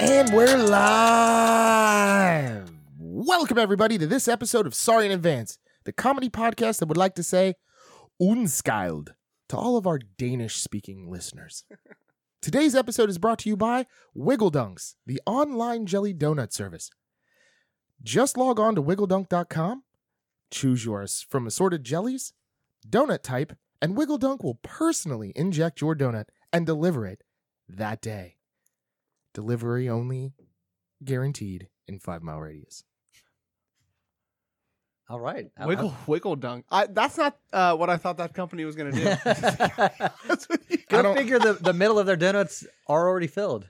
And we're live. Welcome, everybody, to this episode of Sorry in Advance, the comedy podcast that would like to say Unskild to all of our Danish speaking listeners. Today's episode is brought to you by Wiggle Dunks, the online jelly donut service. Just log on to wiggledunk.com, choose yours from assorted jellies, donut type, and Wiggle Dunk will personally inject your donut and deliver it that day. Delivery only, guaranteed in five mile radius. All right. I- I- Wiggle, wiggle dunk. I, that's not uh, what I thought that company was going to do. That's what you- I Go don't- figure the, the middle of their donuts are already filled.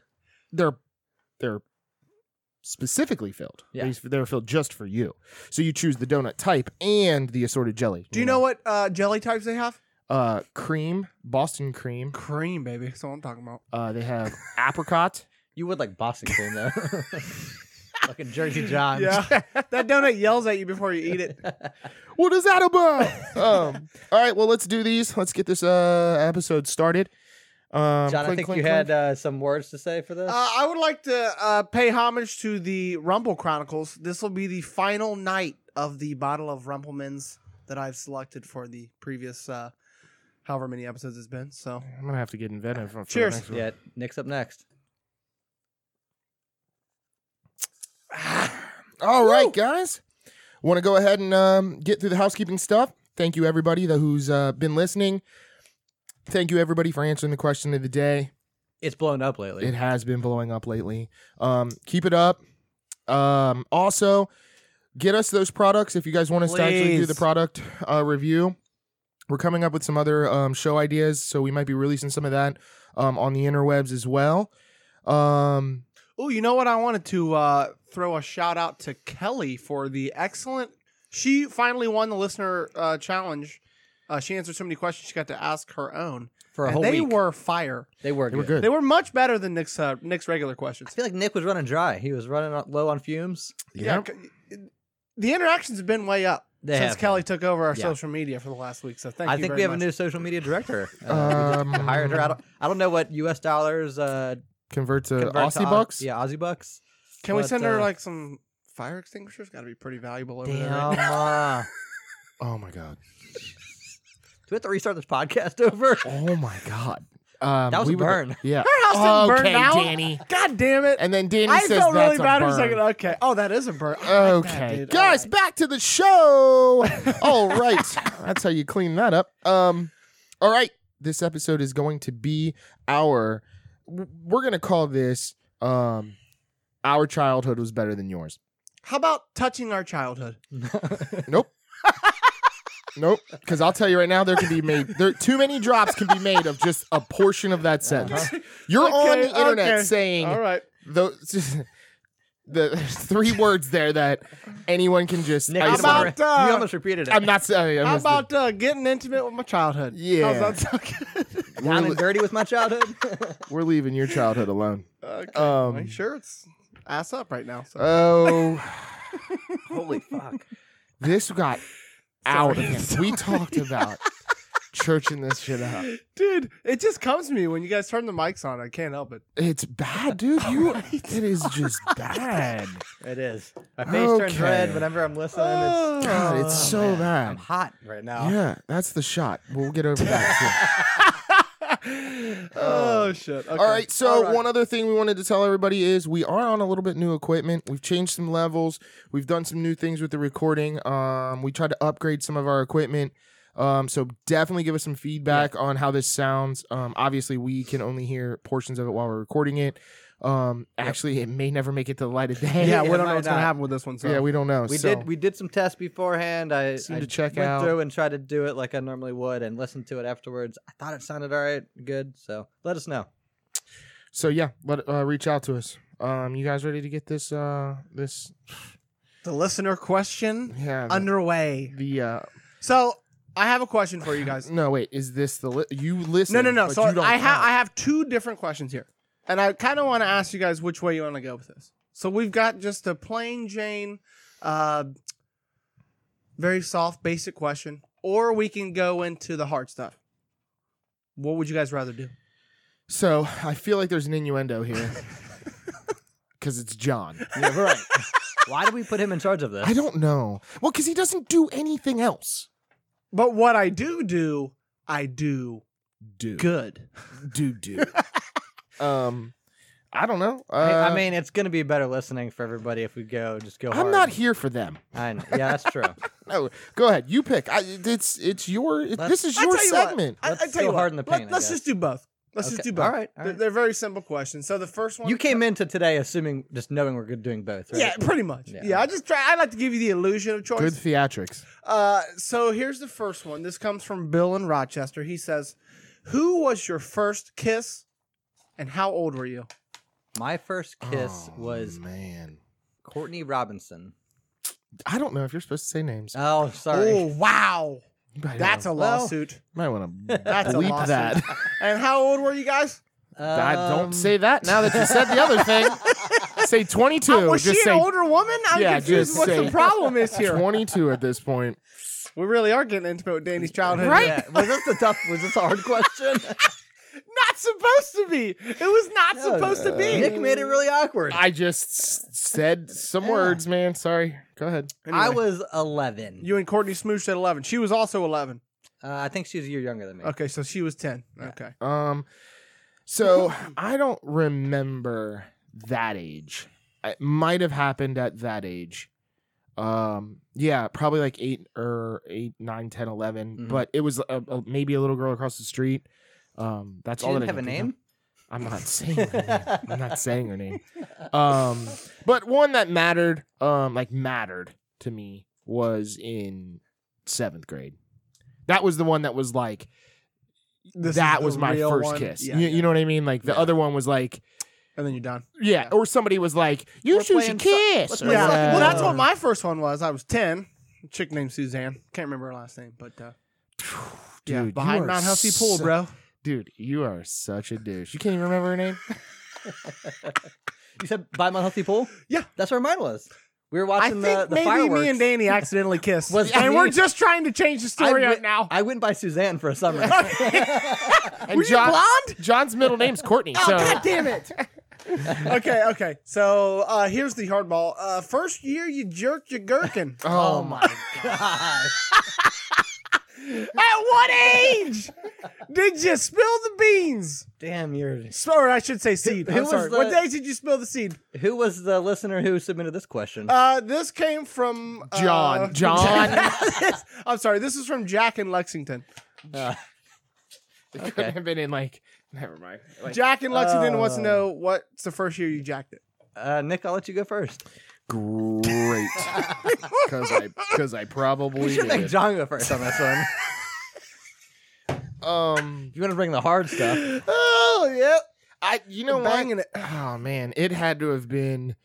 They're they're specifically filled. Yeah. These- They're filled just for you. So you choose the donut type and the assorted jelly. do you know what uh, jelly types they have? Uh, cream, Boston cream. Cream, baby. That's what I'm talking about. Uh, they have apricot. You would like Boston cream though. Fucking Jersey John. yeah, that donut yells at you before you eat it. What is that about? um, all right, well, let's do these. Let's get this uh episode started. Um, John, I clink, think clink, you clink. had uh, some words to say for this. Uh, I would like to uh, pay homage to the Rumble Chronicles. This will be the final night of the bottle of Rumplemans that I've selected for the previous, uh, however many episodes it's been. So I'm gonna have to get inventive. For Cheers. The next one. yeah, Nick's up next. All right, guys. Want to go ahead and um, get through the housekeeping stuff. Thank you, everybody that who's uh, been listening. Thank you, everybody, for answering the question of the day. It's blown up lately. It has been blowing up lately. Um, keep it up. Um, also, get us those products if you guys want us to actually do Please. the product uh, review. We're coming up with some other um, show ideas, so we might be releasing some of that um, on the interwebs as well. Um, Oh, you know what? I wanted to uh, throw a shout out to Kelly for the excellent. She finally won the listener uh, challenge. Uh, she answered so many questions. She got to ask her own. for a And whole they week. were fire. they they were good. were good. They were much better than Nick's uh, Nick's regular I questions. feel like Nick was running dry. He was running on- low on fumes. Yeah. c- the interactions have been way up They since have Kelly took over our Yeah. social media for the last week. So thank I you. think very we have much. a new social media director. Uh, we just Um, hired her. I don't, I don't know what U.S. dollars. Uh, Convert to convert to Aussie Au- bucks. Yeah, Aussie bucks. Can we but, send her uh, like some fire extinguishers? Got to be pretty valuable over there. Damn. Right now. uh, Oh my god. do we have to restart this podcast over? Oh my god. Um, That was we a would- burn. yeah. Her house didn't burn Okay, down. Danny. God damn it! And then Danny I says felt that's really bad a for burn. a second. Okay. Oh, that is a burn. I like that, Okay, dude. All guys, right. back to the show. all right, that's how you clean that up. Um, all right, this episode is going to be our. We're gonna call this um, our childhood was better than yours. How about touching our childhood? Nope. Nope, because I'll tell you right now, there can be made there too many drops can be made of just a portion of that sentence. You're on Uh-huh. Okay, the internet okay. saying All right. those the three words there that anyone can just. Nick, I you just about- wanna- almost- you uh, almost repeated it. I'm not saying. How about uh, getting intimate with my childhood? Yeah. How's that sound? down and dirty with my childhood. We're leaving your childhood alone. okay. Um, Are you sure it's ass up right now? So. Oh, Holy fuck! this got out. of hand. We talked about churching this shit up. Dude, it just comes to me when you guys turn the mics on. I can't help it. It's bad, dude. You. It is just bad. It is. My face turns Okay. Oh, red whenever I'm listening. It's, Oh, God, it's so I'm bad. hot right now. Yeah, that's the shot. We'll get over that. soon. Oh, shit. Okay. Um, All right. So All right. one other thing we wanted to tell everybody is we are on a little bit new equipment. We've changed some levels. We've done some new things with the recording. Um, we tried to upgrade some of our equipment. Um, so definitely give us some feedback on how this sounds. Um, obviously we can only hear portions of it while we're recording it. Um, actually, it may never make it to the light of day. Yeah, we It don't know might what's going to not. happen with this one. So. yeah, we don't know. We so- did we did some tests beforehand. I, Seem I to check went out. through and tried to do it like I normally would and listened to it afterwards. I thought it sounded all right, good. So let us know. So yeah, let uh, reach out to us. Um, you guys ready to get this? Uh, this the listener question yeah. The, underway. the uh, So I have a question for you guys. no wait, is this the li- you listen? No, no, no. but So you don't I count. have I have two different questions here, and I kind of want to ask you guys which way you want to go with this. So we've got just a plain Jane, uh, very soft, basic question, or we can go into the hard stuff. What would you guys rather do? So I feel like there's an innuendo here. because it's John. Yeah, we're right. Why did we put him in charge of this? I don't know. Well, because he doesn't do anything else. But what I do do, I do Do good. do do. um, I don't know. Uh, I, I mean, it's going to be better listening for everybody if we go just go. I'm hard. not here for them. I know. Yeah, that's true. No, go ahead. You pick. I, it's it's your. it- Let's- this is I your tell you what. segment. I, I Let's tell you go what, hard in the paint, I Let, us guess. just do both. Let's just Okay. do both. All right, all They're, right. they're very simple questions. So the first one You came into today assuming just knowing we're good doing both. Right? Yeah, pretty much. Yeah. Yeah. I just try. I like to give you the illusion of choice. Good theatrics. Uh, so here's the first one. This comes from Bill in Rochester. He says, "Who was your first kiss, and how old were you?" My first kiss Oh, was man. Courtney Robinson. I don't know if you're supposed to say names. Oh, sorry. Oh wow, You might that's a wanna- Well, lawsuit. might want to That's a bleep lawsuit. that. and how old were you guys? I Um, don't say that now that you said the other thing. say 22. Uh, was just she say an older woman? I'm Yeah, confused. just What say- the problem is here? 22 at this point. We really are getting intimate with Danny's childhood, Right? Yeah. Was this the tough? Was this a hard question? Not supposed to be. It was not supposed to be. Nick made it really awkward. I just s- said some Yeah. words, man. Sorry. Go ahead. I Anyway. was 11. You and Courtney Smoosh at 11. She was also 11. uh, I think she was a year younger than me. Okay, so she was 10. Okay. Um, so I don't remember that age. It might have happened at that age. Um, yeah, probably like eight or eight, nine, 10, 11. Mhm. But it was a, a, maybe a little girl across the street. Um, that's She all didn't that I have a can think of. name. I'm not saying her name. I'm not saying her name. Um, but one that mattered, um, like mattered to me was in seventh grade. That was the one that was like This is that the was my real first one. kiss. Yeah, you, yeah. you know what I mean? Like the Yeah. other one was like And then you're done. yeah, Yeah. or somebody was like you We're two playing should so- kiss. let's or play Yeah. Yeah. whatever. Well, that's what my first one was. I was 10. A chick named Suzanne. Can't remember her last name, but uh, Dude, yeah, you behind are not healthy pool, su- bro. Dude, you are such a douche. You can't even remember her name. You said by my healthy pool. Yeah. that's where mine was. We were I watching think the, the maybe fireworks. me and Danny accidentally kissed. Was and me- we're just trying to change the I story went- out now. I went by Suzanne for a summer. And Were you blonde? John's middle name's Courtney. Oh, so um, God damn it. okay, okay. So uh, here's the hardball. Uh, first year you jerked your gherkin. oh my god! At what age did you spill the beans? Damn, you're. So- Or I should say seed. who I'm was sorry. the- What day did you spill the seed? Who was the listener who submitted this question? Uh, this came from uh, John. John. This- I'm sorry. This is from Jack in Lexington. Uh, It couldn't have been in like. Never mind. Like, uh. Jack in Lexington wants to Oh. know what's the first year you jacked it. uh, Nick, I'll let you go first. great, because I because I We probably should make did. John go first on this one. um. you want to bring the hard stuff? Oh yeah. I you know what? Banging it. Oh man, it had to have been.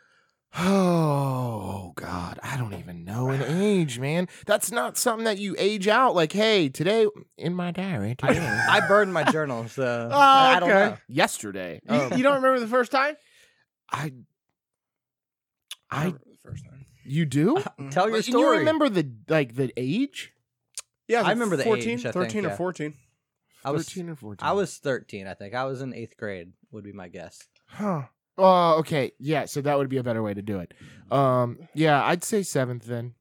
Oh God, I don't even know an age, man. That's not something that you age out. Like, hey, today in my diary, today, I burned my journal, so Oh, I I don't okay. know. yesterday, You, um, you don't remember the first time? I, I, remember the first time. you do. Tell your Like, and story. you remember the like the age? Yeah, it was I remember the 14, age, I 13 think, or yeah. 14. I was thirteen or fourteen. I was 13, I think. I was in 8th grade would be my guess. Huh. Oh, okay. Yeah, so that would be a better way to do it. Um, yeah, I'd say seventh then.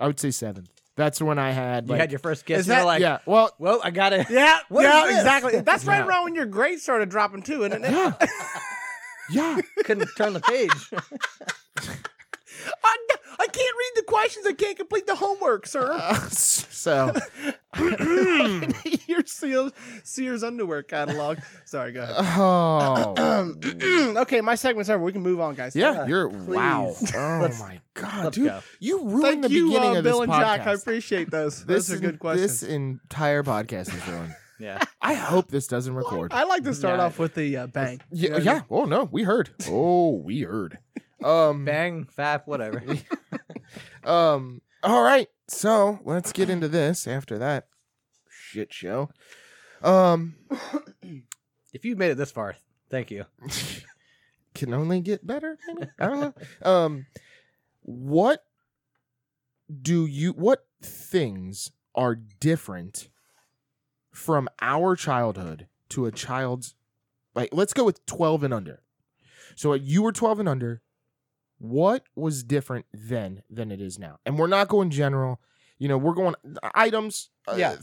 I would say seventh. That's when I had You like had your first kiss Is and that- you're like, yeah. Well, "Well, I got to Yeah, What yeah, is this? exactly. That's right Yeah. around when your grades started dropping too, isn't it? yeah, yeah. couldn't turn the page." I, I can't read the questions. I can't complete the homework, sir. Uh, so Hmm. your Sears, Sears underwear catalog. Sorry, go ahead. oh okay, my segment's over. We can move on, guys. Uh, yeah, you're wow. please. Oh Let's- my god, let's dude, go. you ruined Thank the you, beginning uh, of Bill this and podcast. Jack. I appreciate those. this Those are en- good questions. This entire podcast is ruined. Yeah. I hope this doesn't record. I like to start Yeah. off with the uh, bang. You Yeah, know what I yeah. mean? Oh no, we heard. Oh, we heard. Um, Bang, fap, whatever. Um. All right. So let's get into this after that shit show. Um. if you made it this far, thank you. Can only get better. Maybe? I don't know. Um. What do you? What things are different from our childhood to a child's? Like, let's go with twelve and under. So uh, you were 12 and under. What was different then than it is now? And we're not going general. You know, we're going uh, items. Yeah.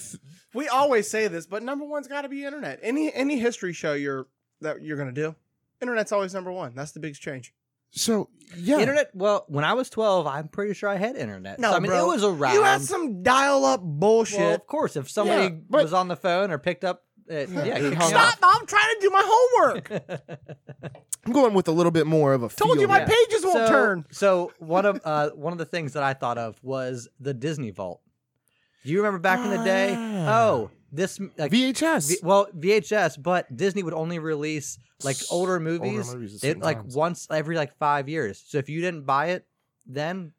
We always say this, but number one's got to be internet. Any any history show you're that you're gonna do, internet's always number one. That's the biggest change. So yeah, Internet. Well, when I was twelve, I'm pretty sure I had internet. No, so, I mean bro. it was around. You had some dial-up bullshit. Well, of course, if somebody Yeah, but- was on the phone or picked up, it, yeah, it kicked me hung off. Stop! I'm trying to do my homework. I'm going with a little bit more of a. Told you feel my here. pages won't so, turn. So one of uh, one of the things that I thought of was the Disney Vault. Do you remember back in the day? Ah. Oh, this like, VHS. V- well VHS, but Disney would only release like S- older movies, movies at they- certain like times. once every like five years. So if you didn't buy it, then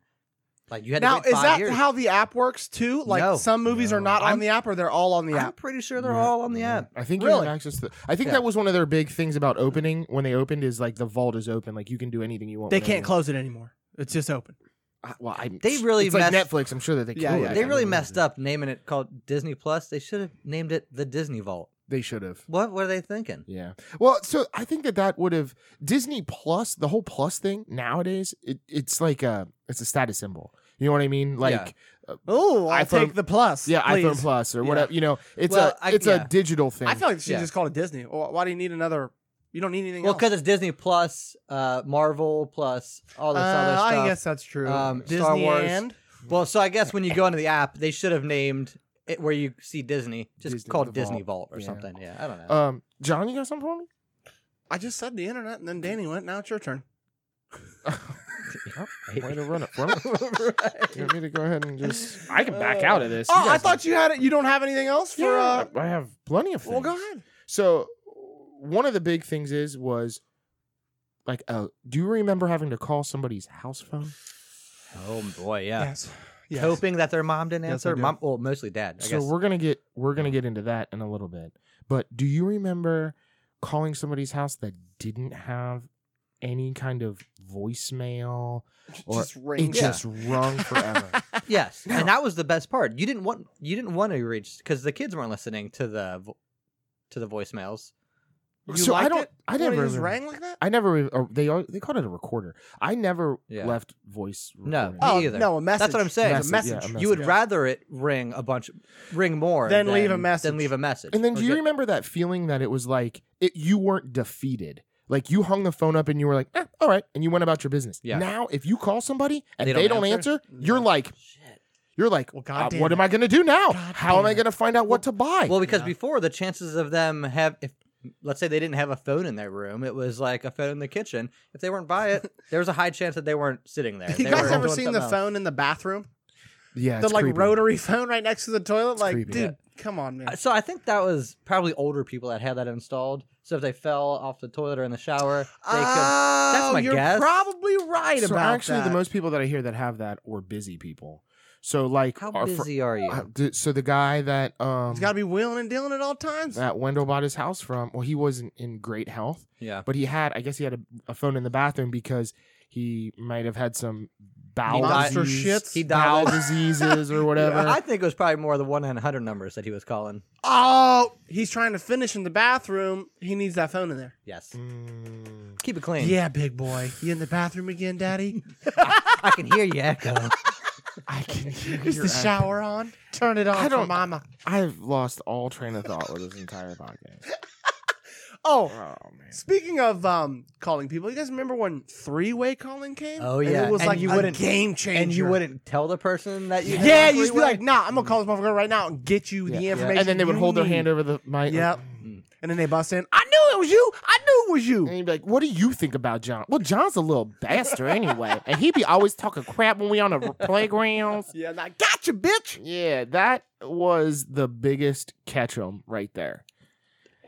like you had Now, to wait is five that years. how the app works too? Like No. some movies are No. not on I'm- the app, or they're all on the I'm app. pretty sure they're Yeah, all on the yeah. app. I think you Really? have access to. I think Yeah. that was one of their big things about opening when they opened is like the vault is open, like you can do anything you want. They whenever can't Oh, you want. close it anymore. It's just open. I- well, I, They really it's like messed- Netflix. I'm sure that they Yeah, could. yeah, I They don't really know. messed up naming it called Disney Plus. They should have named it the Disney Vault. They should have. What were they thinking? Yeah. Well, so I think that that would have Disney Plus, the whole Plus thing nowadays. It, it's like a it's a status symbol. You know what I mean? Like Oh, I iPhone- take the plus. yeah, please. iPhone Plus or Yeah. whatever. You know, it's Well, a I- it's yeah. a digital thing. I feel like you should Yeah. just call it Disney. Wh- Why do you need another? You don't need anything Well, else. because it's Disney Plus, uh, Marvel Plus, all this other Uh, stuff. I guess that's true. Um, Disney Star Wars. and Well, so I guess when you go into the app, they should have named it where you see Disney, just Disney, the called Disney Vault. Vault, or Yeah. something. Yeah, I don't know. um, John, you got something for me? I just said the internet, and then Danny went. Now it's your turn. Way to run it for me. You want me to go ahead and just? I can back Uh, out of this. You Oh, I guys thought you had it. You don't have anything else for? uh I I have plenty of things. Well, go ahead. So one of the big things is was like, uh, do you remember having to call somebody's house phone? oh boy, yeah. Yes. Yes. Hoping that their mom didn't Yes, I answer. do. mom, well, mostly dad. I so guess. we're gonna get we're gonna get into that in a little bit. But do you remember calling somebody's house that didn't have any kind of voicemail? Or just ring. It Yeah. just rung forever. Yes, No. and that was the best part. You didn't want you didn't want to reach because the kids weren't listening to the vo- to the voicemails. You so I liked don't. it? I What, it never just remember. rang like that. I never. re- Or they al- they called it a recorder. I never Yeah. left voice. No, recording. me oh either. no, a message. That's what I'm saying. It's a Message, message. yeah, a You would Yeah. rather it ring a bunch, ring more Then than leave a message. Then leave a message. And then Or do you get- remember that feeling that it was like it, you weren't defeated? Like you hung the phone up and you were like, eh, all right, and you went about your business. Yeah. Now if you call somebody and they They don't, don't answer, answer? you're like Shit. you're like, Well, "Uh, goddamn what it. am I gonna do now? God How am damn I it. gonna find out what to buy? Well, because Yeah. before the chances of them have if let's say they didn't have a phone in their room, it was like a phone in the kitchen. If they weren't by it, there was a high chance that they weren't sitting there. You They guys were ever doing seen something the else. phone in the bathroom? yeah, the it's like creepy. rotary phone right next to the toilet. like, creepy. dude, come on, man. Uh, So I think that was probably older people that had that installed. So if they fell off the toilet or in the shower, they could. Oh, my you're guess. probably right So about actually, that. the most people that I hear that have that were busy people. So like, How our fr- busy are you? uh, d- so the guy that um He's got to be wheeling and dealing at all times. that Wendell bought his house from, well, he wasn't in great health. Yeah. but he had i guess he had a, a phone in the bathroom because he might have had some bowel died- Monster disease, shits. He bowel dialed. diseases or whatever I think it was probably more the one in hundred numbers that he was calling. Oh, he's trying to finish in the bathroom. He needs that phone in there. Yes. Mm. Keep it clean. Yeah, big boy. You in the bathroom again, daddy? I can hear you echo. i can hear Is your the shower on? Turn it on I for don't- mama. i've lost all train of thought with this entire podcast Oh, oh man speaking of um calling people, you guys remember when three-way calling came? Oh, And yeah. it was And like you a wouldn't- game changer. and you wouldn't tell the person that you. had Yeah, on you just be three-way? like, nah, I'm gonna call this motherfucker right now and get you the Yeah. information. and then they would you hold their need. hand over the my Yep. Mm. And then they bust in. I knew it was you. I knew it was and you. you'd be like, "What do you think about John?" Well, John's a little bastard anyway, and he be always talking crap when we on the playgrounds. Yeah, and I got you, bitch. Yeah, that was the biggest catch 'em right there.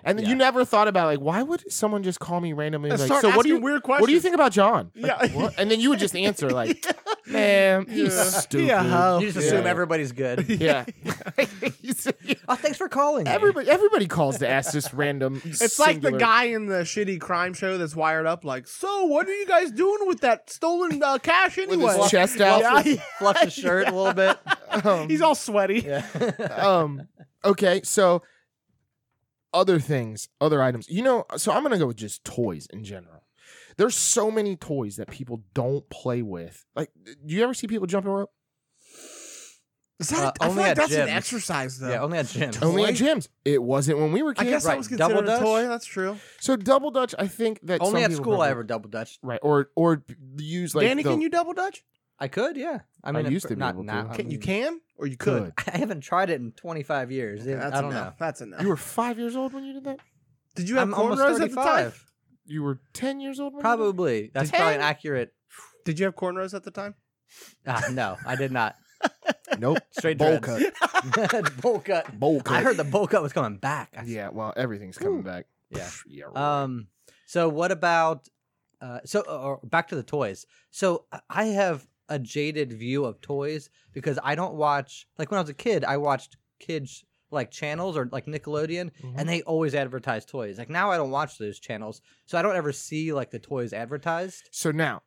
And then you Yeah. never thought about like why would someone just call me randomly and And be like start so what do asking you weird what do you questions." think about John? Like, Yeah. what? And then you would just answer like man he's Yeah. stupid. Yeah, hoe. You just Yeah. assume everybody's good. Yeah. He's- oh, thanks for calling. me. everybody everybody calls to ask this random It's like the guy in the shitty crime show that's wired up. Like, so what are you guys doing with that stolen uh, cash with anyway? his chest out. Yeah, fluff his shirt a little bit. Um, he's all sweaty. Yeah. um okay so other things other items you know so i'm gonna go with just toys in general There's so many toys that people don't play with. Like, do you ever see people jumping rope? Is that? Uh, I feel only like at that's an gyms. exercise though. Yeah, only at gyms. Only at Toy? gyms. It wasn't when we were I kids. guess I Right, was double considered a dutch? toy. That's true. So double dutch, I think that Only some at people school remember- I ever double dutched. right or or use like Danny, the- can you double dutch? I could, yeah. I mean, used if- to be not able to. now. I Can, you mean, can or you could. Could. I haven't tried it in 25 years. Okay, It- that's I don't enough. know. That's enough. you were five years old when you did that. Did you have I'm almost cornrows at the 35. time? You were ten years old. When you did that? Probably. That's probably an Ten? accurate. Did you have cornrows at the time? Ah, no, I did not. Nope. Straight Bowl dreads. bowl cut. Bowl cut. I heard the bowl cut was coming back. I- Yeah. Well, everything's coming back. Yeah. yeah right. Um. So what about? Uh, so or back to the toys. So I have a jaded view of toys because I don't watch like when I was a kid I watched kids like channels or like Nickelodeon Mm-hmm. and they always advertise toys. Like now I don't watch those channels, so I don't ever see like the toys advertised. so now,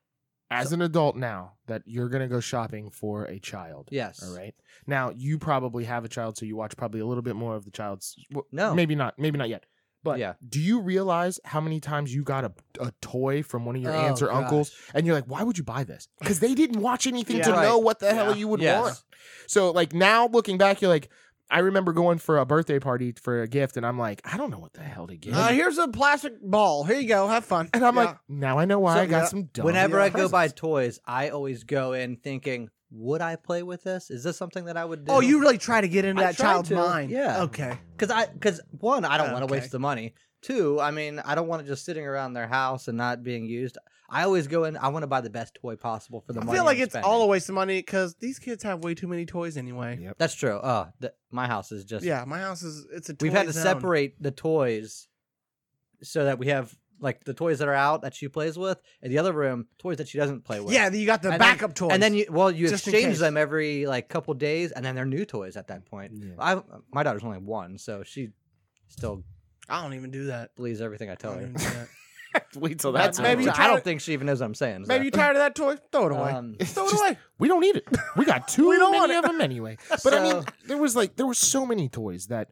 as an adult, now that you're gonna go shopping for a child. Yes. All right. Now you probably have a child, so you watch probably a little bit more of the child's. Well, No. maybe not. Maybe not yet. But Yeah. do you realize how many times you got a, a toy from one of your aunts Oh, or uncles, gosh. and you're like, "Why would you buy this?" Because they didn't watch anything Yeah. to Right. know what the hell Yeah. you would Yes. want. So like now looking back, you're like, I remember going for a birthday party for a gift, and I'm like, I don't know what the hell to give. Uh, here's a plastic ball. Here you go. Have fun. and I'm Yeah. like, now I know why So, I got yeah, some dumb. Whenever Yeah, I go buy presents. toys, I always go in thinking, would I play with this? Is this something that I would do? oh, you really try to get into I that tried child's to, mind. yeah. Okay. Because I, because one, I don't Oh, want to okay. waste the money. Two, I mean, I don't want it just sitting around their house and not being used. I always go in. I want to buy the best toy possible for the I money. feel like I'm it's spending. all a waste of money because these kids have way too many toys anyway. Yep. That's true. Oh, th- my house is just. Yeah, my house is it's a. Toy We've had to zone. separate the toys, so that we have like the toys that are out that she plays with, and the other room toys that she doesn't play with. Yeah, you got the And then- backup toys. And then you, well, you Just in exchange case. them every like couple days, and then they're new toys at that point. Yeah. I, my daughter's only one, so she still I don't even do that. believes everything I I tell don't her. even do that. Wait till That's that's maybe maybe you I try don't to- think she even knows what I'm saying. so- Maybe you tired of that toy? Throw it away. Um, Throw it just- away. we don't need it. We got too We don't many want it. of them anyway. But I mean, So- there was like there were so many toys that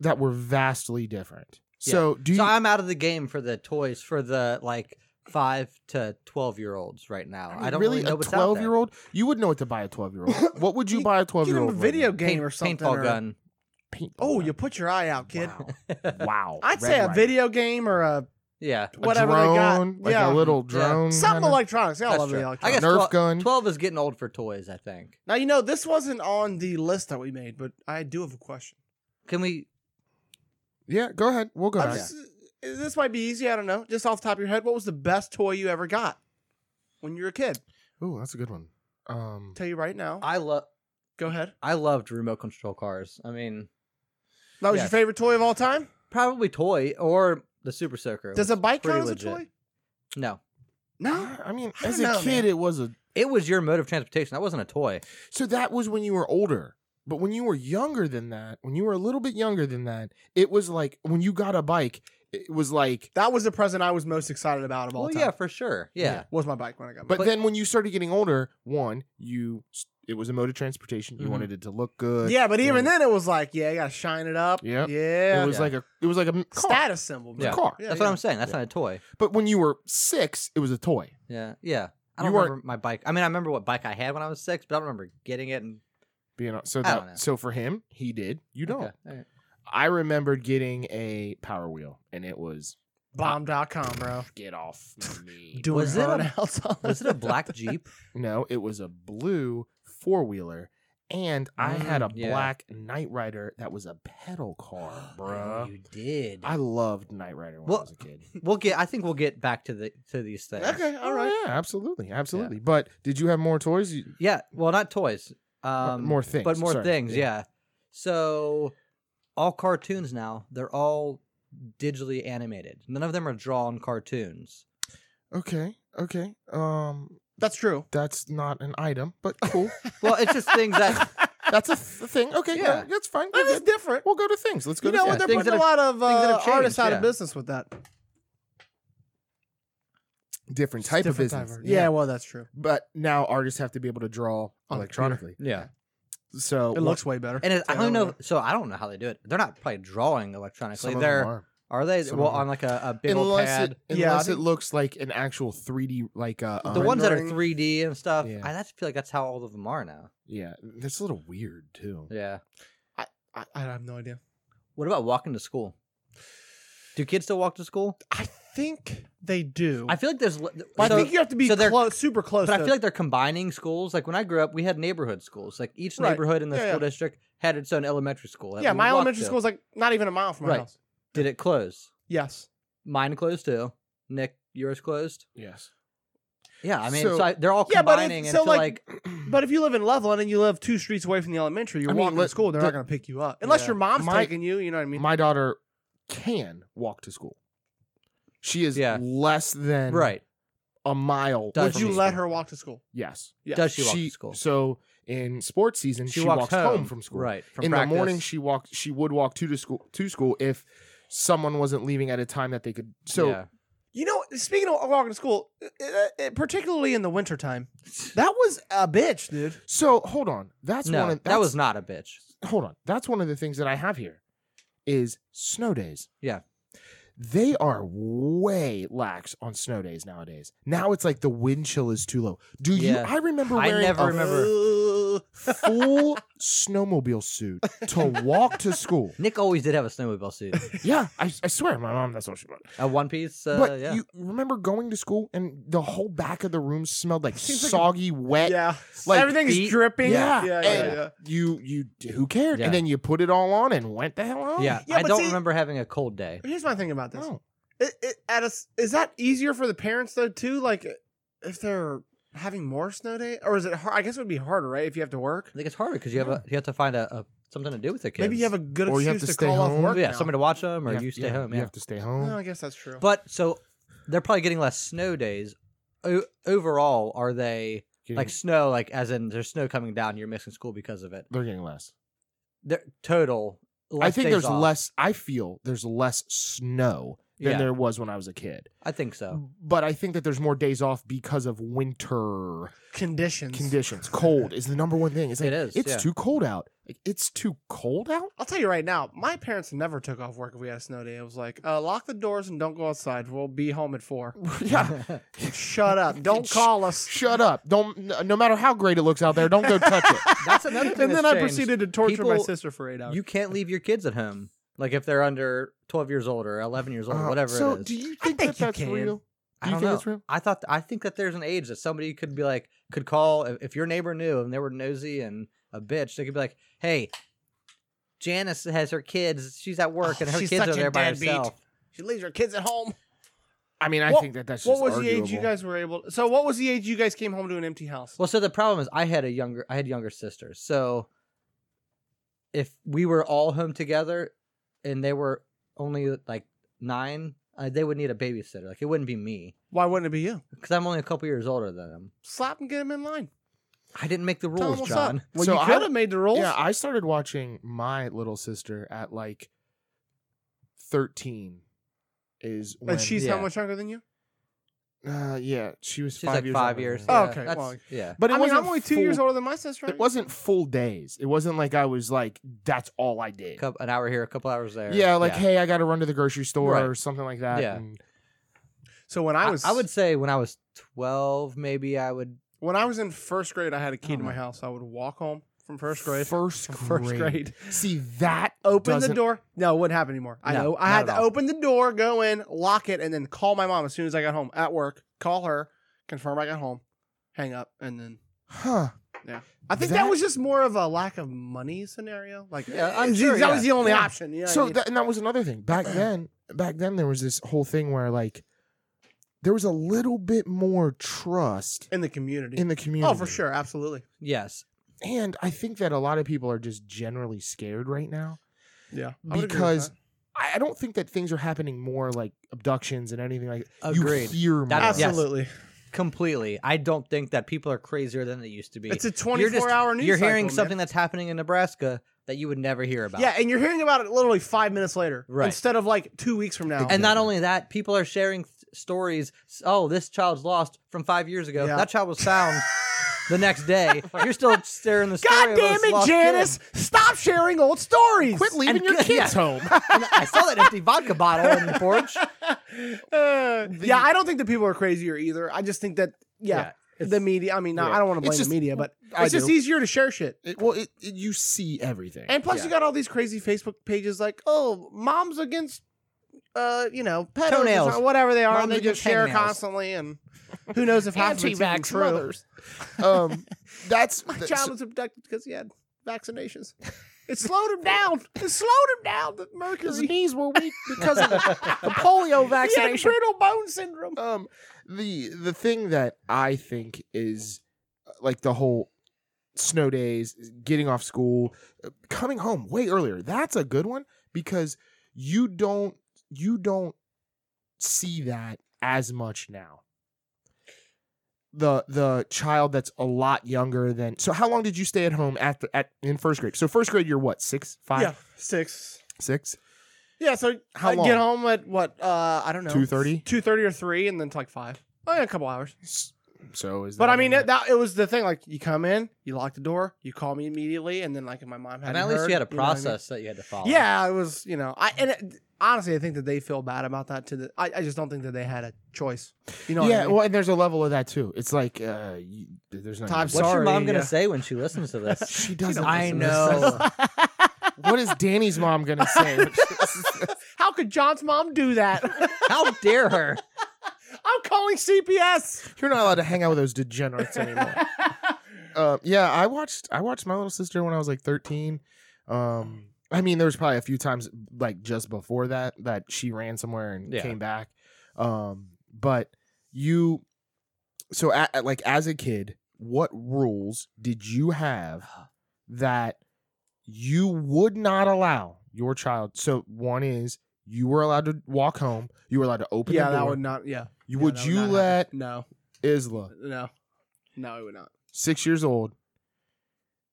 that were vastly different. So do you? so I'm out of the game for the toys for the like five to twelve year olds right now. I, don't really, really, know a what's out twelve there. year old. You would know what to buy a twelve year old. What would you You buy a twelve Give year him old? a video game Paint- or something. paintball or- gun. Oh, you put your eye out, kid. Wow. Wow. I'd Red say a Ryder. video game or a Yeah, A whatever they got. drone, like yeah, a little Yeah. drone, something kinda. electronics. Yeah, I that's love the true. I electronics. guess Nerf 12, gun. Twelve is getting old for toys. I think. Now you know this wasn't on the list that we made, but I do have a question. Can we? Yeah, go ahead. We'll go I'm back. just- eh, this might be easy. I don't know. Just off the top of your head, what was the best toy you ever got when you were a kid? Ooh, that's a good one. Um, tell you right now. I love. Go ahead. I loved remote control cars. I mean, That was Yes. your favorite toy of all time. probably toy or the Super Soaker. Does a bike pretty count as legit. a Uh-huh. toy? no, No. I I mean, I don't as a know, kid, man. it was a. it was your mode of transportation. That wasn't a toy. So that was when you were older. But when you were younger than that, when you were a little bit younger than that, it was like when you got a bike, it was like. That was the present I was most excited about of all Well, time. yeah, for sure. Yeah. was my bike when I got. But, But But- then when you started getting older, one, you it was a mode of transportation. You Mhm. wanted it to look good. yeah, but even Yeah. then it was like, yeah, I gotta shine it up. Yep. Yeah. it was Yeah. like a it was like a m- car. status symbol. It was a Yeah. car. That's what I'm saying. That's not a toy. But when you were six, it was a toy. Yeah, yeah. I You don't weren't- remember my bike. I mean, I remember what bike I had when I was six, but I don't remember getting it. And Being on, so I don't know. that so for him, he did. You don't. Okay, all right. I remembered getting a power wheel, and it was Bomb.com, bro. get off me. Doing Was it a- burnouts on was it a black Jeep? no, it was a blue four wheeler, and I had a Mm, yeah. black Knight Rider that was a pedal car, Oh, bruh. you did. I loved Knight Rider when I Well- was a kid. We'll get. I think we'll get back to the to these things. Okay, all right. Oh, yeah, absolutely, absolutely. But did you have more toys? You, uh, Yeah. Well, not toys. Um, more things, but more sorry. things. Yeah. So, all cartoons now they're all digitally animated. None of them are drawn cartoons. Okay, okay. Um, That's true. that's not an item, but cool. Well, it's just things that that's a th- thing. Okay, yeah, Yeah. that's fine. That We're is good. different. We'll go to things. Let's go. You to know things. what? They're Things putting that a lot of things that uh, have artists changed, out yeah. of business with that. different type of Different business. type of- yeah. well, that's true. But now artists have to be able to draw On the computer. electronically. yeah. So It looks way better. And it, I Yeah, don't that know. one. So I don't know how they do it. They're not probably drawing Some electronically. of them they're are. Are they? Some well, of them. on like a, a big old unless pad. it, Yeah, I unless it think- looks like an actual 3D, like uh, the um, ones that are rendering. 3D and stuff. Yeah. I that's- feel like that's how all of them are now. Yeah, that's a little weird too. Yeah. I, I have no idea. What about walking to school? Do kids still walk to school? I think they do. I feel like there's. li- I so- think you have to be so they're- close, super close. But I to- feel like they're combining schools. Like when I grew up, we had neighborhood schools. Like each Right. neighborhood in the Yeah, school yeah. district had its own elementary school. that yeah, we my walked elementary to. school is like not even a mile from my Right. house. Did it close? Yes. Mine closed too. Nick, yours closed. Yes. Yeah, I mean, so, So- I, they're all Yeah, but if- combining so, into like, like, But if you live in Loveland and you live two streets away from the elementary, you're I mean, walking to let- school. They're not the- going to pick you up unless Yeah. your mom's My- taking you. You know what I mean? My daughter can walk to school. She is Yeah. less than right. a mile. Does from Would you school. let her walk to school? Yes. Yeah. Does she, walk to school? So in sports season, she, walks, home. from school. Right. From in practice. the morning, she walked. She would walk to to school to school if someone wasn't leaving at a time that they could. So Yeah. You know, speaking of walking to school, uh, uh, particularly in the wintertime, that was a bitch, dude. so hold on. That's no, one. Of, that's, that was not a bitch. hold on. That's one of the things that I have here is snow days. Yeah. They are way lax on snow days nowadays. Now it's like the wind chill is too low. Do Yeah. you? I remember I wearing never a remember. full snowmobile suit to walk to school. Nick always did have a snowmobile suit, Yeah, I, I swear, my mom. That's what she bought. a one piece. Uh, but yeah. you remember going to school and the whole back of the room smelled like Seems like a- soggy, wet. yeah, Eh, Like everything feet- is dripping. Yeah, yeah, yeah. and yeah. You, you, who cared? Yeah. And then you put it all on and went the hell on. yeah, yeah, I but don't see- remember having a cold day. Here's my thing about this. No. It, it, at a s is that easier for the parents though too? Like, if they're having more snow day, or is it? Hard? I guess it would be harder, right? If you have to work, I think it's harder because you have a, you have to find a, a something to do with the kids. maybe you have a good Or you have excuse to to, stay call home. off work. yeah, now. somebody to watch them or have- you stay home. You Yeah. have to stay No, home. I guess that's true. But so they're probably getting less snow days. O- overall, are they Getting- like snow? Like as in there's snow coming down, you're missing school because of it. they're getting less. They're total. I less think days there's off. less. I feel there's less snow than Yeah, there was when I was a kid. I think so. But I think that there's more days off because of winter conditions. conditions. Cold is the number one thing. It's like, It is, It's yeah. too cold out. Like, it's too cold out. I'll tell you right now, my parents never took off work if we had a snow day. It was like, uh, lock the doors and don't go outside. We'll be home at four. yeah. Shut up. Don't Sh- call us. Shut up! Don't. n- uh, No matter how great it looks out there, don't go touch it. That's another thing. And then that's I changed. proceeded to torture my People- sister for eight hours. You can't leave your kids at home, like if they're under 12 years old or 11 years Oh, old, or Uh, whatever So, it is. do you I think, think that you that's can. real? Do I you don't think know. it's real? I thought I think that there's an age that somebody could be like could call if, if your neighbor knew and they were nosy and a bitch, they could be like, "Hey, Janice has her kids. She's at work Oh, and her she's kids such are a there by deadbeat. herself." She leaves her kids at home. I mean, I What- think that that's What just was the arguable. age you guys were able? so, what was the age you guys came home to an empty house? Well, so the problem is I had a younger I had younger sisters. So if we were all home together and they were only like 9, uh, they would need a babysitter. Like it wouldn't be me Why wouldn't it be you? cuz I'm only a couple years older than them. Slap and get him in line. I didn't make the Tell him rules, what's John. up. Well, So you I- could have made the rules. Yeah, I started watching my little sister at like thirteen. Is when and she's Yeah. how much younger than you? uh, yeah, she was She's five like years 5 older than years. me. Oh, yeah, okay, that's- well, yeah. But it I mean, wasn't I'm only two full- years older than my sister. It wasn't full days. It wasn't like I was like that's all I did. Coup- an hour here, a couple hours there. Yeah, like hey, I got to run to the grocery store Right. or something like that. Yeah. and- So when I was, I, would say when I was 12, maybe I would. when I was in first grade, I had a key Oh to my my house. I would walk home from first grade. First grade. First grade. See that Open doesn't- the door. No, it wouldn't happen anymore. I No, know. not I had at to all. open the door, go in, lock it, and then call my mom as soon as I got home at work. Call her, confirm I got home, hang up, and then Huh. I think that, That- was just more of a lack of money scenario. Like Yeah, I'm eh, sure, that yeah. was the only Yeah. option. You know what I so mean? that, and that was another thing back then back then there was this whole thing where like there was a little bit more trust in the community. in the community oh, for sure, absolutely. Yes. and i think that a lot of people are just generally scared right now Yeah, I would agree with because that. i I don't think that things are happening more like abductions and anything like Agreed. you hear more. That- yes. absolutely, Completely. I don't think that people are crazier than they used to be. it's a You're just- twenty-four hour news. You're hearing cycle, man. something that's happening in Nebraska that you would never hear about. Yeah, and you're hearing about it literally five minutes later, Right. Instead of like two weeks from now. And not Exactly. only that, people are sharing th- stories. Oh, this child's lost from five years ago. Yeah. That child was found the next day. You're still sharing the story. God of damn this it, lost Janice! Stop Stop sharing old stories. Quit leaving And- your kids yeah. home. And I saw that empty vodka bottle on the porch. Uh, yeah, I don't think the people are crazier either. I just think that yeah, it's- the media. I mean, not, I don't want to It's blame just- the media, but I it's just do. easier to share shit. It- well, it, it- you see everything. And plus, you got all these crazy Facebook pages like, oh, moms against, uh, you know, pedos, or Toenails. something, whatever they are, Moms and they just against share hangnails. constantly, and who knows if half of it's even Anti-vax true. mothers. um, that's My child was abducted because he had vaccinations. It slowed him down. It slowed him down. The his mercury. knees were weak because of the polio He had vaccination. brittle bone syndrome. um, the the thing that I think is uh, like the whole snow days, getting off school, uh, coming home way earlier. That's a good one because you don't you don't see that as much now. The the child that's a lot younger than so how long did you stay at home after at in first grade? So first grade you're what six five yeah, six. six? Yeah, so How I long? get home at what? Uh, I don't know. 2:30? Two thirty or three, and then to like five. Oh, yeah, a couple hours. S- So is But that I mean, in it, that it was the thing. Like, you come in, you lock the door, you call me immediately, and then like if my mom had. And at least you had a know what I mean? process that you had to follow. Yeah, it was. You know, I and it, honestly, I think that they feel bad about that. To the, I, I just don't think that they had a choice. You know. yeah, What I mean? well, and there's a level of that too. It's like uh, you, there's no. Time's What's your Sorry, mom gonna yeah. say when she listens to this? She doesn't. I listen to this. know. what is Danny's mom gonna say? How could John's mom do that? How dare her? I'm calling CPS. You're not allowed to hang out with those degenerates anymore. Uh, yeah, I watched. I watched my little sister when I was like 13. Um, I mean, there was probably a few times like just before that that she ran somewhere and Yeah. came back. Um, but you, so a a- like as a kid, what rules did you have that you would not allow your child? So one is you were allowed to walk home. You were allowed to open yeah, the door. that would not. Yeah. You- Yeah, would that you not let happen. No, Isla, no, no, I would not. six years old,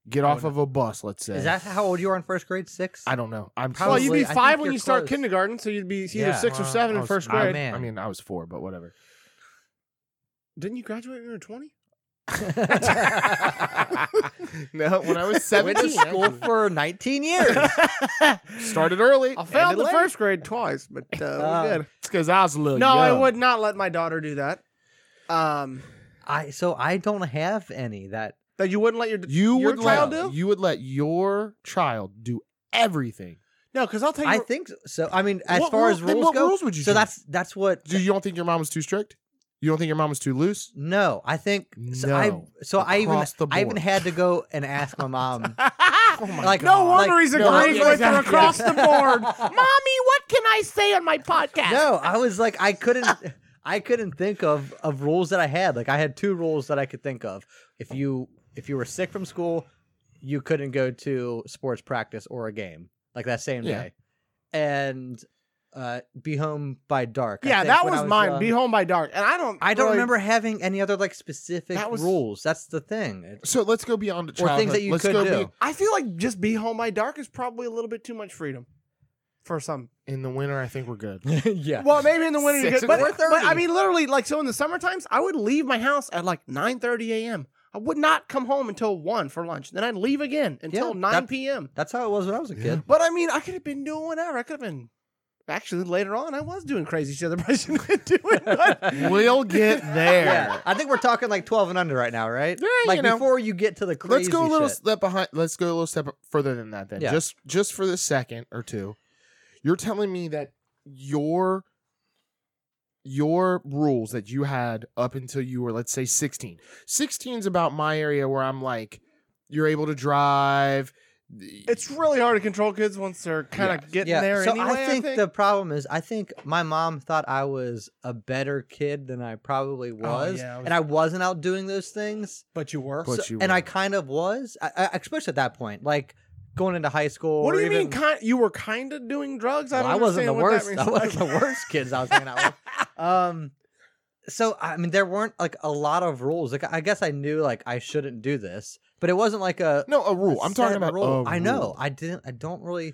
get I off would- of a bus? Let's say Is that how old you were in first grade? Six? I don't know. I'm Probably. well, you'd I be think five when you're you start close. kindergarten, so you'd be either Yeah. six or Well, I seven in was- first I- grade. man. I mean, I was four, but whatever. Didn't you graduate when you were twenty? no, when I was Went to school for 19 years. started early. I failed ended the late. first grade twice, but uh, Uh, we did. It's because I was a Oh, little. No, Oh, I young. would not let my daughter do that. Um, I so I don't have any that that you wouldn't let your You your would child let do? you would let your child do everything. no, because I'll tell you. I think so. I mean, as What far rule- as then rules what go, rules would you so do? that's that's what. Do you don't think your mom was too strict? You don't think your mom was too loose? no, I think so. I No. so I even Across the I even board. had to go and ask my mom. my Oh like no wonder like- he's no, agreeing yeah, with her exactly. across the board. Mommy, what can I say on my podcast? No, I was like I couldn't I couldn't think of of rules that I had. Like I had two rules that I could think of. If you if you were sick from school, you couldn't go to sports practice or a game like that same Yeah. day, and uh, be home by dark. I Yeah, think, that when was, I was mine. young. Be home by dark, and I don't. I don't really- remember having any other like specific That was- rules. That's the thing. It- So let's go beyond the or childhood. things that you let's could go do. be- I feel like just be home by dark is probably a little bit too much freedom for some. in the winter. I think we're good. yeah. Well, maybe in the winter, you Six could, but, o'clock. but I mean, literally, like so in the summer times, I would leave my house at like nine thirty a.m. I would not come home until one for lunch. Then I'd leave again until Yeah, nine that- p.m. That's how it was when I was a kid. But I mean, I could have been doing whatever. I could have been. Actually, later on, I was doing crazy shit that I shouldn't have been doing. But we'll get there. Yeah. I think we're talking like 12 and under right now, right? Yeah, like you know. before you get to the crazy let's go a little shit. step behind let's go a little step further than that then Yeah. just just for the second or two you're telling me that your your rules that you had up until you were let's say 16 16 is about my area where i'm like you're able to drive it's really hard to control kids once they're kind of getting there. So I, anyway, think the problem is, I think my mom thought I was a better kid than I probably was, yeah, I was- and I wasn't out doing those things. but you were. But So- you and were. I kind of was, I, I, especially at that point, like going into high school. what do or you mean? even- Kind you were kind of doing drugs. I, Well, don't I wasn't the understand what that worst. I wasn't means. the Like- worst kids I was hanging out with. Um, so I mean, there weren't like a lot of rules. Like I guess I knew like I shouldn't do this, but it wasn't like a no a rule i'm talking set about rule. a I know. rule. I didn't. I don't really.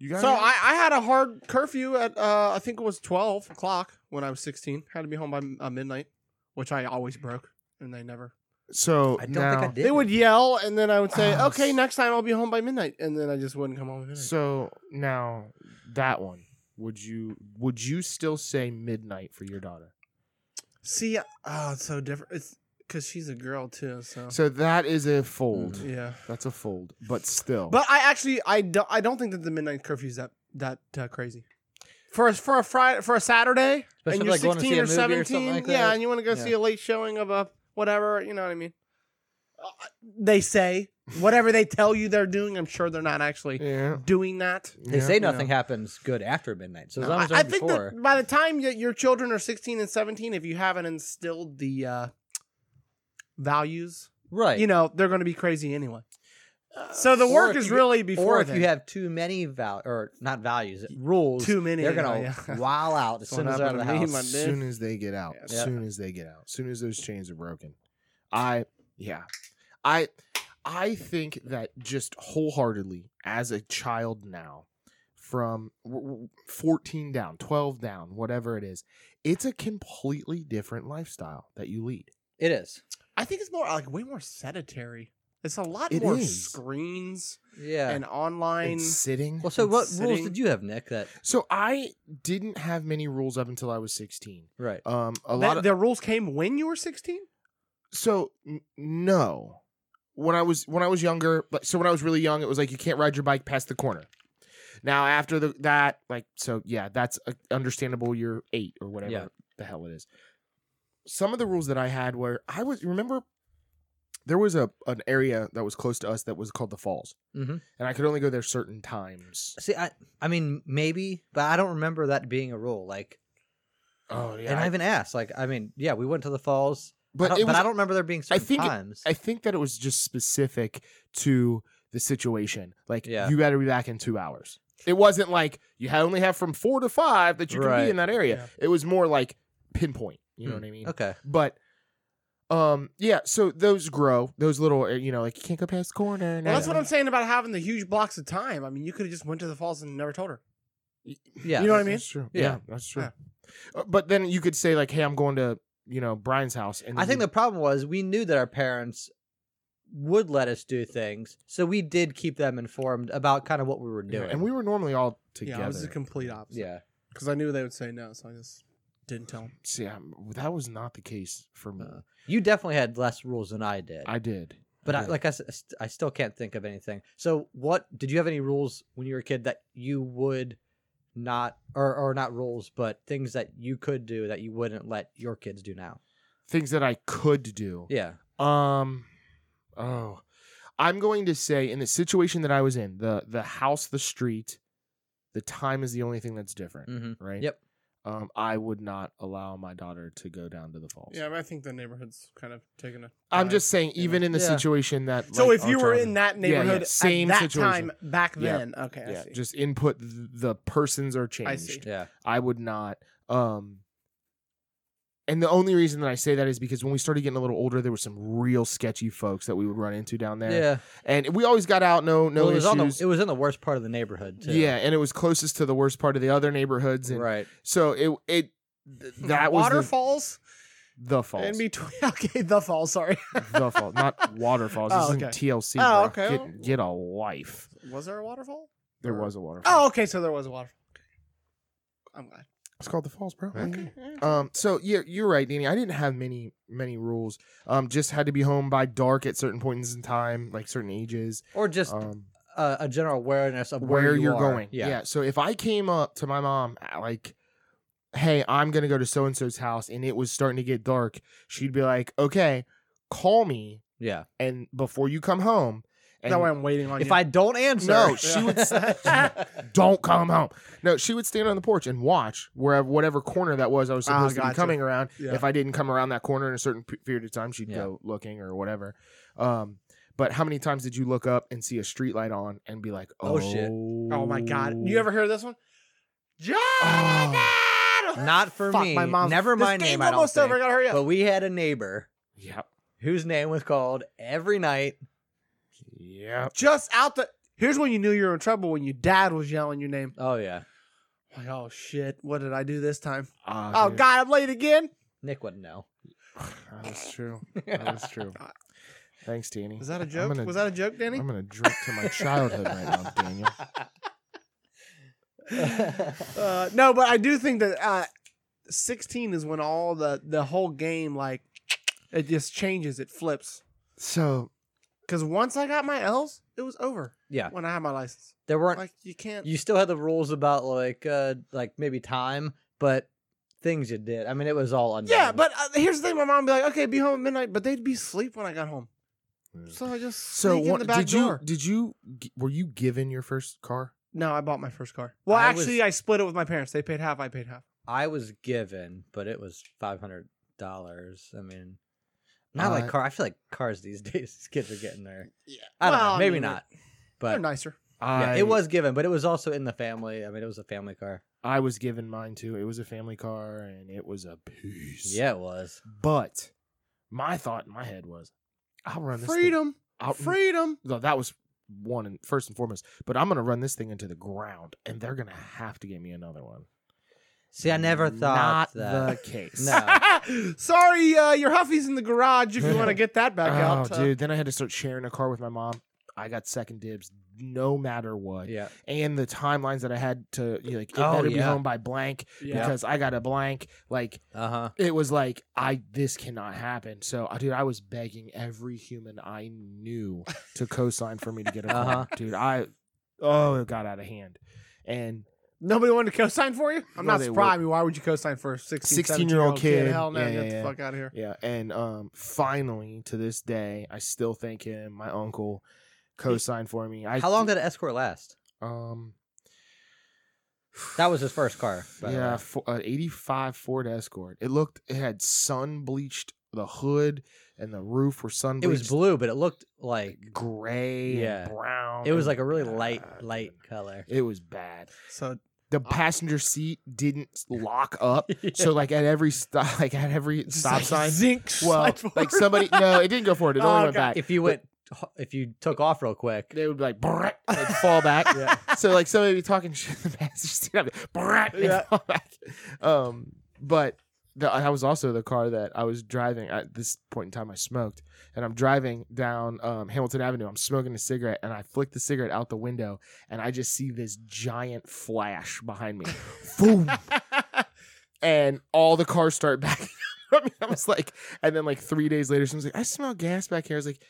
you got So it? I, I had a hard curfew at uh, I think it was twelve o'clock when I was sixteen. Had to be home by uh, midnight, which I always broke, and they never So I don't now, think I did. They Oh, would yell, and then I would say, Ah, "Okay, s- next time I'll be home by midnight," and then I just wouldn't come Mm. home. At midnight. So now that one, would you would you still say midnight for your daughter? See, oh, it's so different. It's because she's a girl too. So, So that is a fold. Mhm. yeah. That's a fold, but still. But I actually, I don't, I don't think that the midnight curfew is that that uh, crazy. For a, for a Friday, for a Saturday, Especially and if, you're like, going to see 16 a or movie or something 17, like yeah, that. and you want to go Yeah. see a late showing of a whatever, you know what I mean? Uh, they say whatever they tell you they're doing. I'm sure they're not actually yeah, doing that. They say know. nothing happens good after midnight. So as No, long I, as I they're think before, that by the time that your children are 16 and 17, if you haven't instilled the uh, values, right? Uh, you know, they're going to be crazy anyway. So the or work if is you- really before or if then. you have too many val or not values rules, too many, they're you know, gonna yeah. wow out as That's what soon as they're out of happened the to house. me, my As soon as they get out. As Yeah. soon as they get out. As soon as those chains are broken. I yeah. I I think that just wholeheartedly as a child now from w- w- 14 down, 12 down, whatever it is, it's a completely different lifestyle that you lead. It is, I think it's more like way more sedentary. It's a lot It more is. screens yeah. and online. It's sitting. well, so and what rules sitting. did you have, Nick? That So I didn't have many rules up until I was 16. right? Um a That- lot of their rules came when you were 16? so n- no when i was when i was younger but so when i was really young it was like you can't ride your bike past the corner now after the, that like so yeah that's uh, understandable you're eight or whatever Yeah. the hell it is some of the rules that i had were i was remember there was a an area that was close to us that was called the falls Mhm. and i could only go there certain times See, I, I mean, maybe, but I don't remember that being a rule. Like, oh and I I, even asked. Like, I mean, yeah, we went to the falls, but I but don't, it but was I don't remember there being I certain think it- times. I think that it was just specific to the situation. Like Yeah. you got to be back in two hours. It wasn't like you ha- only have from four to five that you can Right. be in that area. It was more like pinpoint. You know Hmm. what I mean? okay, But um, yeah. So those grow. Those little, uh, you know, like you can't go past the corner. Well, that's what now. I'm saying about having the huge blocks of time. I mean, you could have just went to the falls and never told her. yeah, You know what I mean? That's true. Yeah, Yeah. that's true. Yeah. Uh, but then you could say like, "Hey, I'm going to." You know Brian's house, and I then think you- the problem was we knew that our parents would let us do things, so we did keep them informed about kind of what we were you know, doing. and we were normally all together. Yeah, I was the complete opposite. yeah, Because I knew they would say no, so I just didn't tell them. See, I'm, that was not the case for me. Uh, you definitely had less rules than I did. I did, but I, did. like I, s- st- I still can't think of anything. So, what did you have any rules when you were a kid that you would not, or or not rules, but things that you could do that you wouldn't let your kids do now? things that I could do. Yeah, Um, oh, I'm going to say in the situation that I was in, the the house, the street, the time is the only thing that's different, hmm right? Yep. Um, I would not allow my daughter to go down to the falls. Yeah, but I think the neighborhood's kind of taken a. I'm just saying, yeah. even in the Yeah. situation that So like, if you our were child- in that Yeah, yeah, neighborhood same at that situation. time back Yeah. then, okay, I yeah, see. just input th- the persons are changed. I see. yeah, I would not. Um, and the only reason that I say that is because when we started getting a little older, there were some real sketchy folks that we would run into down there. yeah. and we always got out. No, no Well, it was on the, issues. it was in the worst part of the neighborhood too. yeah, and it was closest to the worst part of the other neighborhoods, and right. so it it th- that was the, waterfalls the falls, in between. Okay, the falls. Sorry. the fall, not waterfalls. Oh, this okay. isn't TLC. Oh, bro. okay. Get, get a life. Was there a waterfall? There was a waterfall. Oh, okay. So there was a waterfall. Okay. I'm glad. it's called the falls, bro. Okay. Um, so yeah, you're right, Danny. I didn't have many many rules. Um, just had to be home by dark at certain points in time, like certain ages. Or just Um, uh, a general awareness of where, you you're are. going. Yeah. Yeah. So if I came up to my mom uh, like, "Hey, I'm gonna go to so and so's house," and it was starting to get dark, she'd be like, "Okay, call me yeah. and before you come home." And that way I'm waiting on If you. I don't answer, No, she would don't come home. No, she would stand on the porch and watch wherever whatever corner that was I was Ah, supposed to be gotcha. coming around. Yeah. If I didn't come around that corner in a certain pe- period of time, she'd Yeah. go looking or whatever. Um, but how many times did you look up and see a street light on and be like, "Oh, Oh, shit. oh my god! You ever hear this one? Jonathan! Oh. Not for Fuck, me. My mom. Never mind This name. game's I don't almost over. I think. gotta hurry up. But we had a neighbor Yep. whose name was called every night. Yep. Just out the. Here's when you knew you were in trouble when your dad was yelling your name. Oh yeah, Like, oh shit! What did I do this time? Ah, Oh dude. god! I'm late again. Nick wouldn't know. That's true. That's true. I- Thanks, Danny. Is that a joke? gonna- Was that a joke, Danny? I'm gonna drink to my childhood right now, Daniel. Uh, no, but I do think that uh, 16 is when all the the whole game like it just changes, it flips. So Because once I got my L's, it was over. yeah, When I had my license, there weren't. like you can't. you still had the rules about like, uh like maybe time, but things you did. I mean, it was all undone. yeah, but uh, here's the thing: my mom would be like, "Okay, be home at midnight," but they'd be asleep when I got home. So I just Mm. So sneak in what, the back did door. you did you g- were you given your first car? No, I bought my first car. Well, I was- actually, I split it with my parents. They paid half. I paid half. I was given, but it was five hundred dollars. I mean, not like Uh, car. I feel like cars these days. These kids are getting there. Yeah, I don't know. Maybe not. They're But nicer. yeah, I, it was given, but it was also in the family. I mean, it was a family car. I was given mine too. It was a family car, and it was a piece. Yeah, it was. But my thought in my head was, I'll run this thing- Freedom, I'll, freedom. No, that was one and first and foremost. But I'm gonna run this thing into the ground, and they're gonna have to get me another one. See, I never Not thought that. the case. No. Sorry, uh, your huffy's in the garage. If you want to get that back out, oh, Uh, dude. Then I had to start sharing a car with my mom. I got second dibs, no matter what. Yeah, And the timelines that I had to, you know, like, it Oh, better be yeah. home by blank Yeah. because I got a blank. Like, uh huh. it was like I this cannot happen. So, uh, dude, I was begging every human I knew to co-sign for me to get a car. Uh-huh. Dude, I oh it got out of hand. And Nobody wanted to co-sign for you. I'm No, not they surprised. I mean, Why would you co-sign for a 16, 16-year-old 17-year-old kid? kid. Hell no, Yeah, get yeah, the yeah. fuck out of here. yeah, and um, finally to this day, I still thank him. My uncle co-signed for me. I How long did an escort last? um That was his first car. by the yeah, way. fo- uh, 85 Ford Escort. It looked it had sun bleached the hood and the roof were sun it was bleached. blue, but it looked like gray Yeah. and oh, brown. it was and like a really light, bad, light dude. color. It was bad. So the passenger seat didn't lock up. Yeah. So like at every stop, like at every stop like sign, Zinc. well, slide forward. like somebody no, it didn't go forward. It only Oh, went God. back. if you went, if you took off real quick, they would be like, "Brrrt," and fall back. Yeah. So like somebody would be talking shit in the passenger seat, I'd be, "Brrrt," and Yeah. fall back. Um, but the, that was also the car that I was driving at this point in time. I smoked, and I'm driving down um, Hamilton Avenue. I'm smoking a cigarette, and I flick the cigarette out the window, and I just see this giant flash behind me. Boom. and all the cars start backing up. I, mean, I was like, and then like three days later, someone's like, I smell gas back here. I was like,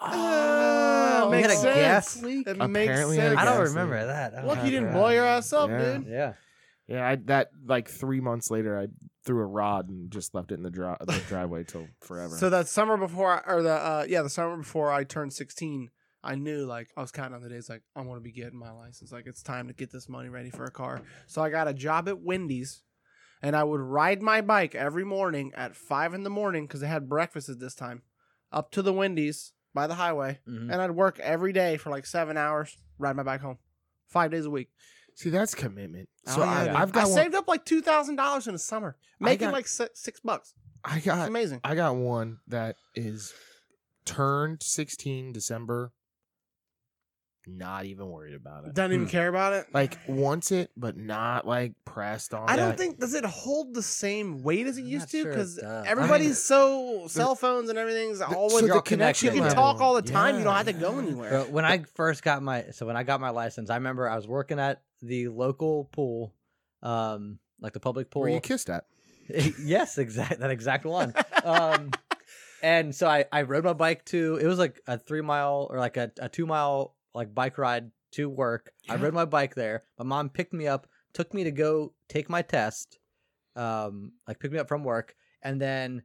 Ah, oh, we had makes a sense. gas leak. It Apparently makes had a sense. I gas don't leak. remember that. I don't Look, you didn't remember blow your ass up, Yeah. dude. that. Yeah. Yeah, I, that like three months later, I threw a rod and just left it in the, dri- the driveway till forever. So that summer before, I, or the uh, yeah, the summer before I turned sixteen, I knew like I was counting on the days like I'm gonna be getting my license. Like it's time to get this money ready for a car. So I got a job at Wendy's, and I would ride my bike every morning at five in the morning because they had breakfast at this time, up to the Wendy's by the highway, Mhm. and I'd work every day for like seven hours, ride my bike home, five days a week. see, that's commitment. Oh, So yeah, I, dude. I've got I one, saved up like two thousand dollars in a summer, I making got- like six, six bucks. I It's got amazing. I got one that is turned 16 December. Not even worried about it. Don't e even Mm. care about it. Like wants it, but not like pressed on. I it. don't think does it hold the same weight as it I'm used not to sure it because does. I- everybody's so cell phones and everything's always so you're the all connected. connection you can level. talk all the time. you don't Yeah, have to go yeah. anywhere. Bro, when I first got my so when I got my license, I remember I was working at the local pool, um, like the public pool. Where you kissed at? yes, exact that exact one. Um, and so I I rode my bike to it was like a three mile or like a, a two mile like bike ride to work. I Yeah. rode my bike there. My mom picked me up, took me to go take my test, um, like picked me up from work, and then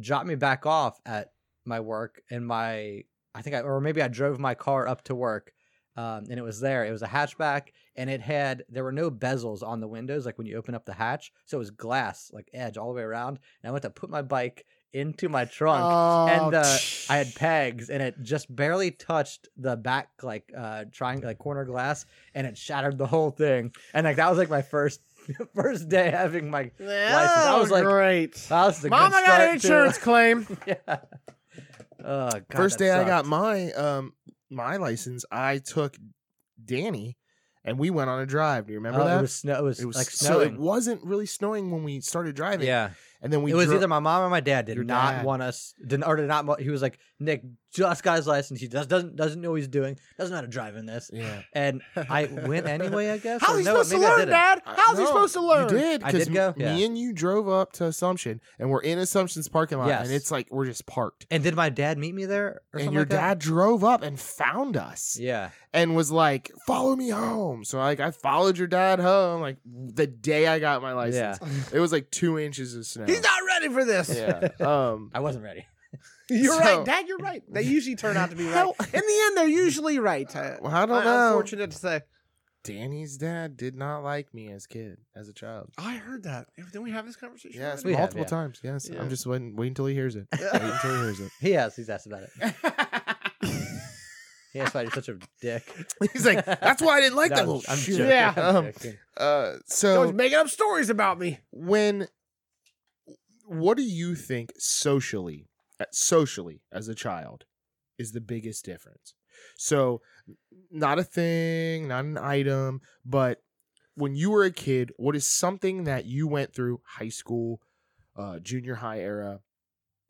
dropped me back off at my work and my I think I or maybe I drove my car up to work. Um, and it was there. It was a hatchback, and it had there were no bezels on the windows like when you open up the hatch, so it was glass like edge all the way around. And I went to put my bike into my trunk, Oh, and uh, I had pegs, and it just barely touched the back like uh triangle like corner glass, and it shattered the whole thing. And like that was like my first first day having my license. I Oh, was like, great. that was a good Mom, I got start an to- insurance claim. yeah. Oh, God, First that day I sucked. got my um my license, I took Danny and we went on a drive. Do you remember Oh, that? It was snow. It was, It was like so snowing. it wasn't really snowing when we started driving. yeah, and then we it was dro- either my mom or my dad did Your not dad. want us did or did not. wa- He was like, Nick just got his license. He just doesn't doesn't know what he's doing. Doesn't know how to drive in this. yeah. And I went anyway. I guess. How's or he no, supposed to maybe I learn, didn't. Dad? I- How's he no, supposed to learn? You did I because did go, me yeah. and you drove up to Assumption, and we're in Assumption's parking lot, Yes. and it's like we're just parked. And did my dad meet me there? Or And something your like dad drove up and found us That? Yeah. and was like, "Follow me home." So like, I followed your dad home. Like the day I got my license, it was like two inches of snow. He's not ready for this. yeah. Um. I wasn't ready. You're So- right, Dad. You're right. They usually turn out to be right. How- In the end, they're usually right. uh, I, Well, I don't know. Unfortunate to say. Danny's dad did not like me as kid, as a child. I heard that. Didn't we have this conversation? Yes, We already? have, multiple yeah. times. Yes, Yeah. I'm just waiting, waiting until he hears it. Wait until he hears it. He has. He's asked about it. He asked why you're such a dick. He's like, "That's why I didn't like No, that little I'm shit." joking, Yeah. I'm Um, joking. uh, They're so always making up stories about me. when what do you think socially uh, socially as a child is the biggest difference so not a thing not an item but when you were a kid what is something that you went through high school uh, junior high era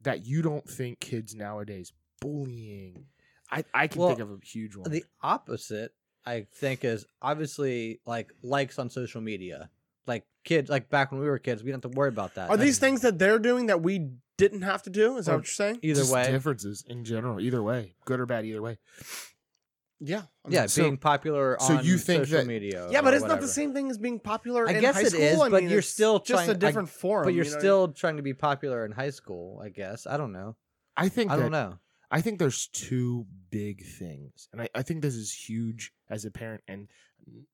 that you don't think kids nowadays bullying i, I can Well, think of a huge one The opposite, I think, is obviously like likes on social media. Like kids, like back when we were kids, we didn't have to worry about that. Are That's these things that they're doing that we didn't have to do? Is that Or- what you're saying? either Just way? differences in general either way good or bad either way Yeah. I mean, yeah, so- being popular so on you think social that- media. Yeah, or but it's not whatever. the same thing as being popular I in guess high it school. is, I but mean, you're it's still just trying- a different form. But you're you know what I mean? still trying to be popular in high school, I guess. I don't know. i think I that don't know. I think there's two big things, and I, I think this is huge as a parent, and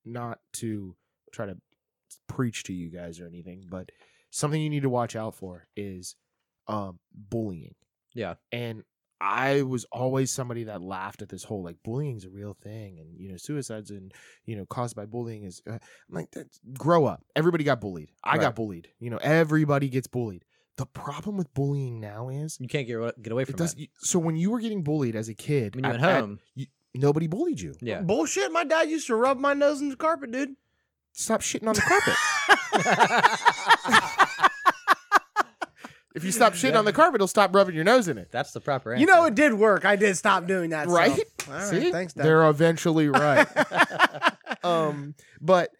not to try to preach to you guys or anything, but something you need to watch out for is um, bullying. Yeah. And I was always somebody that laughed at this whole like bullying's a real thing, and you know suicides and you know caused by bullying is uh, I'm like that's, grow up. Everybody got bullied. I Right. got bullied. You know everybody gets bullied. The problem with bullying now is You can't get ro- get away from it it. does. y- So when you were getting bullied as a kid, when you at- went at- home, nobody bullied you. yeah. bullshit. My dad used to rub my nose in the carpet, dude. Stop shitting on the carpet. if you stop shitting on the carpet, it'll stop rubbing your nose in it. That's the proper answer. You know, it did work. I did stop doing that. so- Right? All right. See, Thanks, Dad. they're eventually right. um, but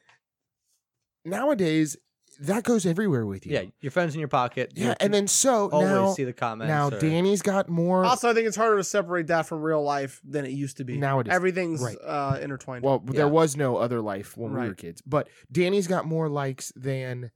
nowadays that goes everywhere with you. yeah, your phone's in your pocket. yeah. You And then so always now, see the comments. now or- Danny's got more. Also, I think it's harder to separate that from real life than it used to be. Now it is. everything's Right. uh, intertwined. Well, Yeah. there was no other life when we were Right. kids. But Danny's got more likes than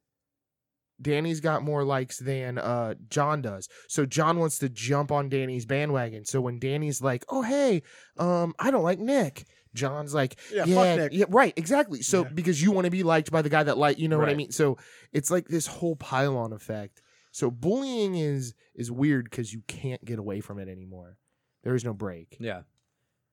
Danny's got more likes than uh John does. So John wants to jump on Danny's bandwagon. So when Danny's like, "Oh hey, um I don't like Nick." John's like, yeah, "Yeah, fuck Nick. yeah, right, exactly." So Yeah. because you want to be liked by the guy that like, you know what I Right. mean? So it's like this whole pylon effect. So bullying is is weird cuz you can't get away from it anymore. There is no break. Yeah.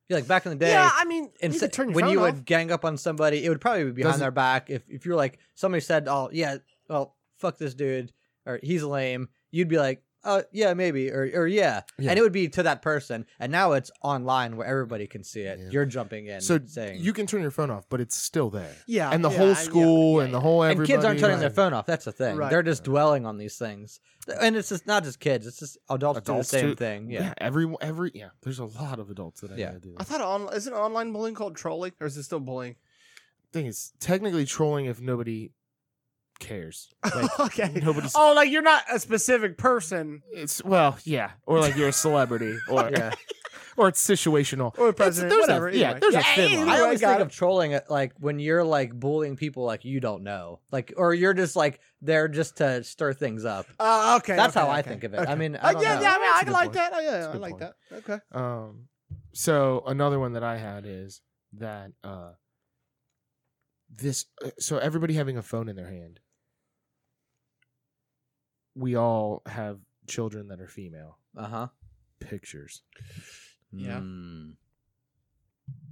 Yeah, like back in the day. yeah, I mean, and you so- could turn your when phone you off. would gang up on somebody, it would probably be behind Doesn't- their back. If if you're like somebody said, "Oh yeah, well fuck this dude," or "He's lame," you'd be like, "Oh yeah, maybe," or or yeah. Yeah. and it would be to that person. And now it's online where everybody can see it. Yeah. You're jumping in, So saying you can turn your phone off, but it's still there. yeah, and the yeah, I- whole yeah, school yeah, and yeah. the whole and everybody. kids aren't turning their Right. phone off. That's the thing. Right. They're just dwelling on these things, and it's just not just kids. It's just adults, Adults do the same too. thing. Yeah. every every yeah. There's a lot of adults that I Yeah. yeah. do. I That. thought on, isn't online bullying called trolling, or is it still bullying? thing is technically trolling if nobody cares. Like, okay. nobody's- Oh, like you're not a specific person it's well, yeah, or like you're a celebrity, or Yeah. or it's situational. or a It's- president. there's a- whatever. yeah, anyway. there's a thin line. either I way, always got think it. of trolling uh, like when you're like bullying people like you don't know, like or you're just like there just to stir things up. Uh, okay. That's okay, how I okay. think of it. Okay. I mean, I Uh, don't yeah, know. yeah. I mean, That's I a good can like point. that. Oh, yeah, a I good like point. that. Okay. Um, so another one that I had is that uh, this. uh, So everybody having a phone in their hand. We all have children that are female Uh huh. pictures. Yeah. Hmm.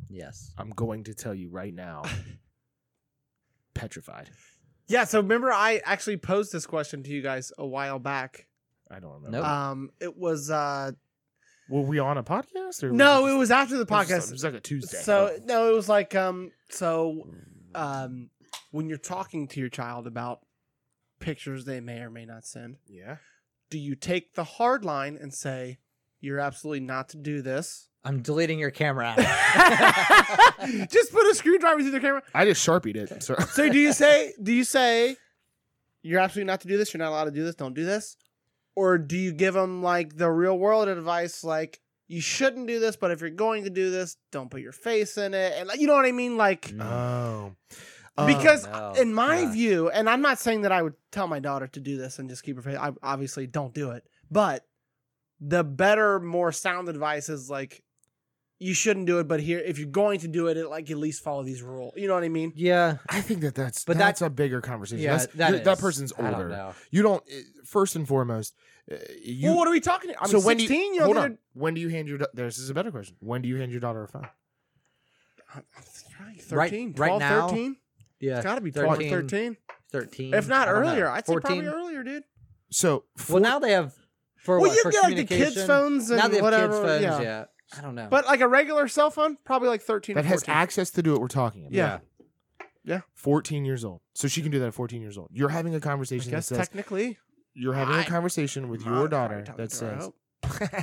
Yes. I'm going to tell you right now. petrified. Yeah. So remember, I actually posed this question to you guys a while back. I don't remember. Nope. Um, it was uh, Were we on a podcast? Or no, just- it was after the it was just- podcast. It was like a Tuesday. Oh. So uh, no, it was like um, so um, when you're talking to your child about pictures they may or may not send. Yeah. Do you take the hard line and say, you're absolutely not to do this? I'm deleting your camera Oh, app. Just put a screwdriver through the camera. I just sharpied it. So So do you say, do you say, you're absolutely not to do this? You're not allowed to do this. Don't do this. Or do you give them like the real world advice, like you shouldn't do this, but if you're going to do this, don't put your face in it, and like, you know what I mean, like Oh. because no. in my Yeah. view, and I'm not saying that I would tell my daughter to do this and just keep her face. I obviously don't do it, but the better, more sound advice is like you shouldn't do it. But here, if you're going to do it, it like at least follow these rules. You know what I mean? yeah, I think that that's But but that- that's a bigger conversation. yeah, that's, that that, that is- person's I older. don't know. You don't. uh, First and foremost, uh, you. well, what are we talking? I'm so when do 16. you, you know, hold they're- on? When do you hand your? da- This is a better question. When do you hand your daughter a phone? I'm probably Right- 13, right 12, now, 13. yeah, It's got to be 12 or 13. 13. thirteen. If not I don't know. earlier, I'd say probably 14? earlier, dude. So for, Well, now they have for well, what, you for get like the kids' communication? phones and now they have whatever. kids' phones. yeah. Yeah. I don't know. But like a regular cell phone, probably like 13 that or has 14. access to do what we're talking about. yeah. Fourteen years old, so she can do that at fourteen years old. You're having a I conversation that guess says technically. you're having a I- conversation with Mom, your daughter probably talking that to her, I says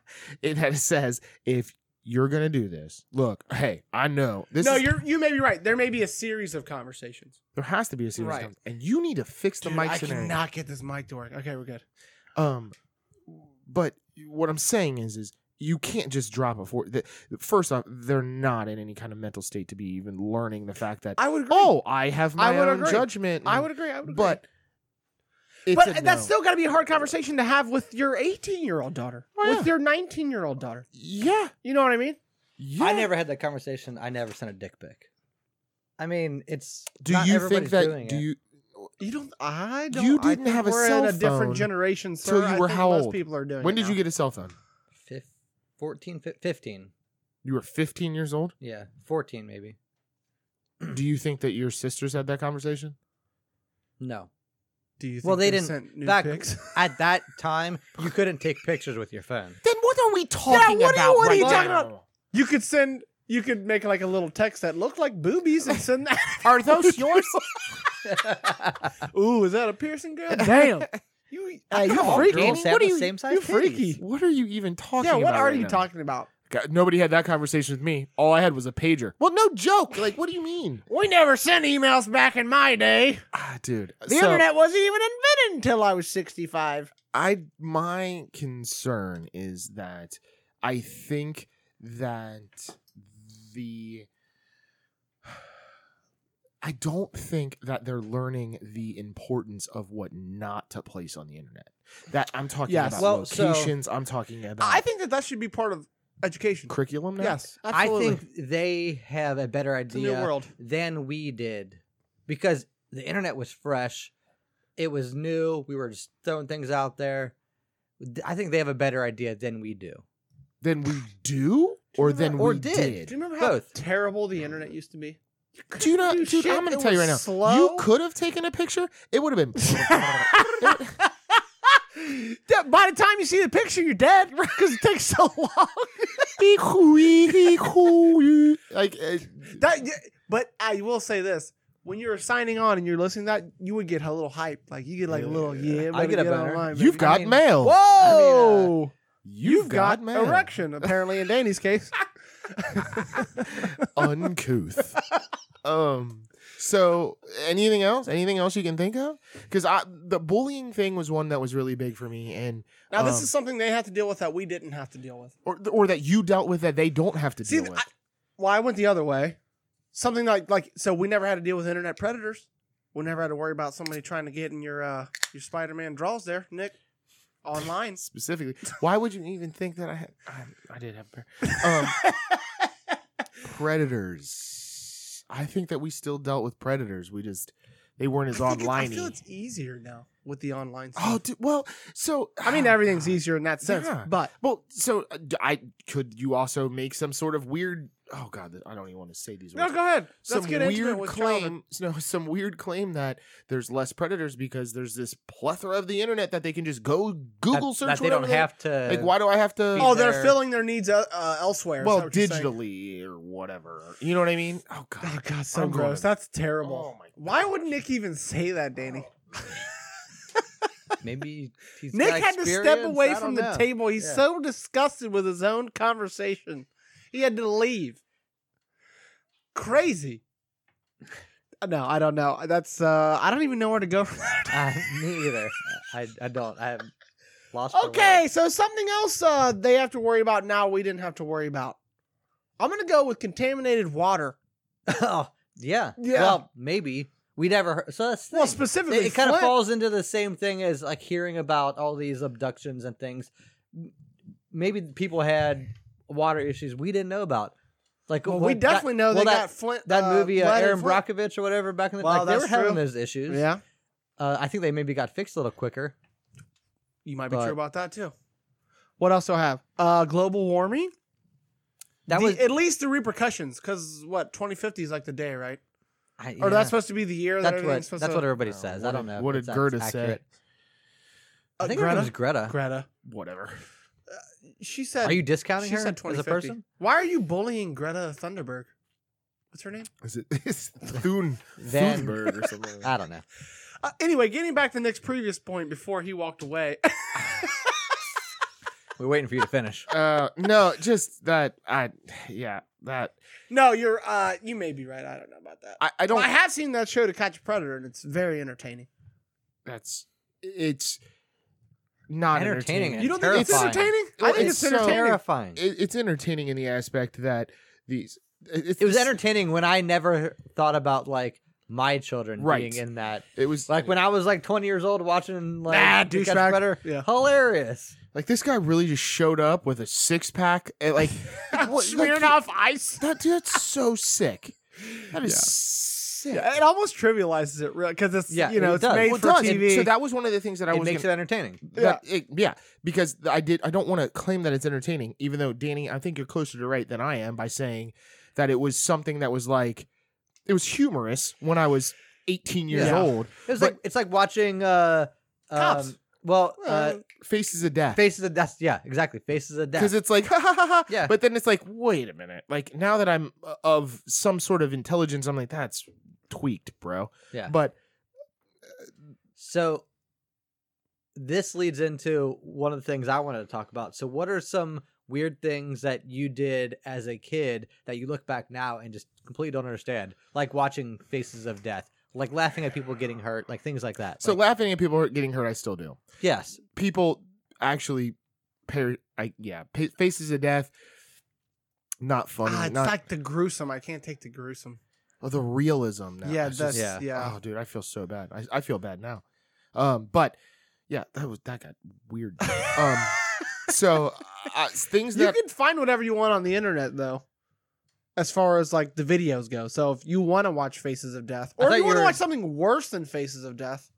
it that it says if you're gonna do this, look, hey, I know this. no, is- you're you may be right. There may be a series of conversations. there has to be a serious Right. con- and you need to fix the mic scenario. get this mic to work. Okay, we're good. Um, but what I'm saying is, is you can't just drop a four. The, first off, they're not in any kind of mental state to be even learning the fact that I would agree. oh, I have my I would own agree. judgment. I and- would agree. I would agree. but it's but a that's no. still got to be a hard conversation to have with your 18 year old daughter, Oh, yeah. with your 19 year old daughter. yeah, You know what I mean? yeah. I never had that conversation. I never sent a dick pic. I mean, it's Do not you think everybody's that? doing Do it. you? You don't. I don't. You I didn't think have a we're cell in a phone different generation, sir. till you I were think how most old? people are doing. When it did you now. get a cell phone? Fif- 14, fif- 15. You were 15 years old. Yeah, 14 maybe. Do you think that your sisters had that conversation? No. Do you? Well, think they they didn't- sent nude back- pics? At that time, you couldn't take pictures with your phone. Then what are we talking what are- about what are right you talking now? about? You could send. You could make like a little text that looked like boobies and send that. Are those yours? Ooh, is that a piercing girl? Damn. You, Hey, you come on, freaky. girls have What are the you, same size you titties. freaky. What are you even talking Yeah, about? what are right you now? talking about? God, nobody had that conversation with me. All I had was a pager. Well, no joke. Like, what do you mean? We never sent emails back in my day. Ah, dude. The So, internet wasn't even invented until I was 65. I my concern is that I think that the I don't think that they're learning the importance of what not to place on the internet. That I'm talking Yes. about Well, so- locations. I'm talking about I think that that should be part of education. curriculum. Now. Yes, I absolutely. uh, think they have a better it's a new idea world. than we did because the internet was fresh. It was new. We were just throwing things out there. I think they have a better idea than we do. Then we do, or then Or we did. did. Do you remember how Both. terrible the internet used to be? Do you not, do dude? shit I'm gonna that tell you was right now. slow. You could have taken a picture. It would have been. That- By the time you see the picture, you're dead because it takes so long. like, uh, That, but I will say this: when you're signing on and you're listening, to that you would get a little hype. Like you get like a little Yeah. yeah. I get better uh, a boner. online, baby. you've got mean, mail. I uh, Whoa! You've, got, mail. erection apparently in Danny's case. Uncouth. um. So, anything else? Anything else you can think of? Because I the bullying thing was one that was really big for me, and now this Um, is something they have to deal with that we didn't have to deal with. or or that you dealt with that they don't have to See, deal with. I, well, I went the other way. Something like like so we never had to deal with internet predators. We never had to worry about somebody trying to get in your uh your Spider Man draws there, Nick. Online. specifically. Why would you even think that I had? I, I did have a pair. Um, predators. I think that we still dealt with predators. We just they weren't as I think it- I online. feel it's easier now with the online stuff. Oh dude, well, so I mean, oh, everything's God. easier in that sense, Yeah. but Well, so uh, d- I could you also make some sort of weird. Oh God, th- I don't even want to say these words. no, go ahead. some Let's get into weird it with childhood. claim, no, some weird claim that there's less predators because there's this plethora of the internet that they can just go Google that, search. that they don't whatever they- have to. Like, why do I have to? Feed Oh, they're their- filling their needs uh, uh, elsewhere. is well that what you're saying? digitally or whatever you know what i mean oh god Oh God, so I'm going gross. to- That's terrible. Oh, my Why would Nick even say that, Danny? Maybe he's Nick got had to step experience, I away from don't the know. table. He's Yeah. so disgusted with his own conversation. He had to leave. Crazy. No, I don't know. That's uh I don't even know where to go from there. Uh, me either. I, I don't. I have lost. my Okay, so something else uh they have to worry about now we didn't have to worry about. I'm gonna go with contaminated water. way. oh, yeah. Yeah. Well, maybe we never. Heard, so that's the Well thing. specifically it, kind of Flint. falls into the same thing as like hearing about all these abductions and things. Maybe people had water issues we didn't know about. Like Well, well, we that- definitely know they well, that- got Flint that uh, movie uh, Vlad and Aaron Flint. Brockovich or whatever back in the Wow, like they were that's having true. those issues. Yeah. Uh, I think they maybe got fixed a little quicker. You might be But- true about that too. What else do I have? Uh global warming. That The- was at least the repercussions, because what 2050 is like the day, right? I, Or yeah. that's supposed to be the year that that's everything's what supposed that's to. what everybody Uh, says. what I don't did- know. what if did that's Greta say? accurate. Uh, I think Greta? it was Greta. Greta. Whatever. She said. Are you discounting she her said as a 2050. person? Why are you bullying Greta Thunderberg? What's her name? Is it it's Thun Then- Thunberg or something? I don't know. Uh, anyway, getting back to Nick's previous point before he walked away. We're waiting for you to finish. Uh, no, just that. I yeah, that no, you're. uh You may be right. I don't know about that. I, I But don't. I have seen that show to catch a predator, and it's very entertaining. that's it's not entertaining. Entertaining and you don't think it's terrifying. entertaining? I Well, think it's it's, so- entertaining. Terrifying. It, it's entertaining in the aspect that these. It's, It was entertaining when I never thought about like my children Right. being in that. It was Like when I was like 20 years old watching like Nah, The Catch douchebag. Predator, Yeah. hilarious. like this guy really just showed up with a six pack. And like what- Smearing like, off ice. That dude's so sick. That is Yeah. sick. Yeah, it almost trivializes it, really, because it's Yeah, you know it it's does. made Well, it for does. And TV. so that was one of the things that I It was makes gonna, it entertaining. that- it- yeah, because I did. I don't want to claim that it's entertaining, even though Danny, I think you're closer to right than I am by saying that it was something that was like it was humorous when I was 18 years Yeah. old. It was But- like it's like watching uh um, Cops. well uh, Uh, Faces of death. Faces of Death. Yeah, exactly. Faces of Death. because it's like ha ha ha ha. Yeah. But then it's like, wait a minute. Like now that I'm uh, of some sort of intelligence, I'm like, that's tweaked, bro. Yeah. But So this leads into one of the things I wanted to talk about. So what are some weird things that you did as a kid that you look back now and just completely don't understand? Like watching Faces of Death, like laughing at people getting hurt, like things like that. so Like, laughing at people getting hurt, I still do. yes. People actually, pair, I yeah, pa- faces of death. Not funny. Ah, Ah, it's not like the gruesome. I can't take the gruesome. oh, the realism now. yeah, It's that's just- yeah. Yeah. Oh, dude, I feel so bad. I, I feel bad now. Um, but yeah, that was that got weird. Um, so uh, things you that can find whatever you want on the internet though. As far as like the videos go, so if you want to watch Faces of Death, I or thought if you you want to were- watch something worse than Faces of Death,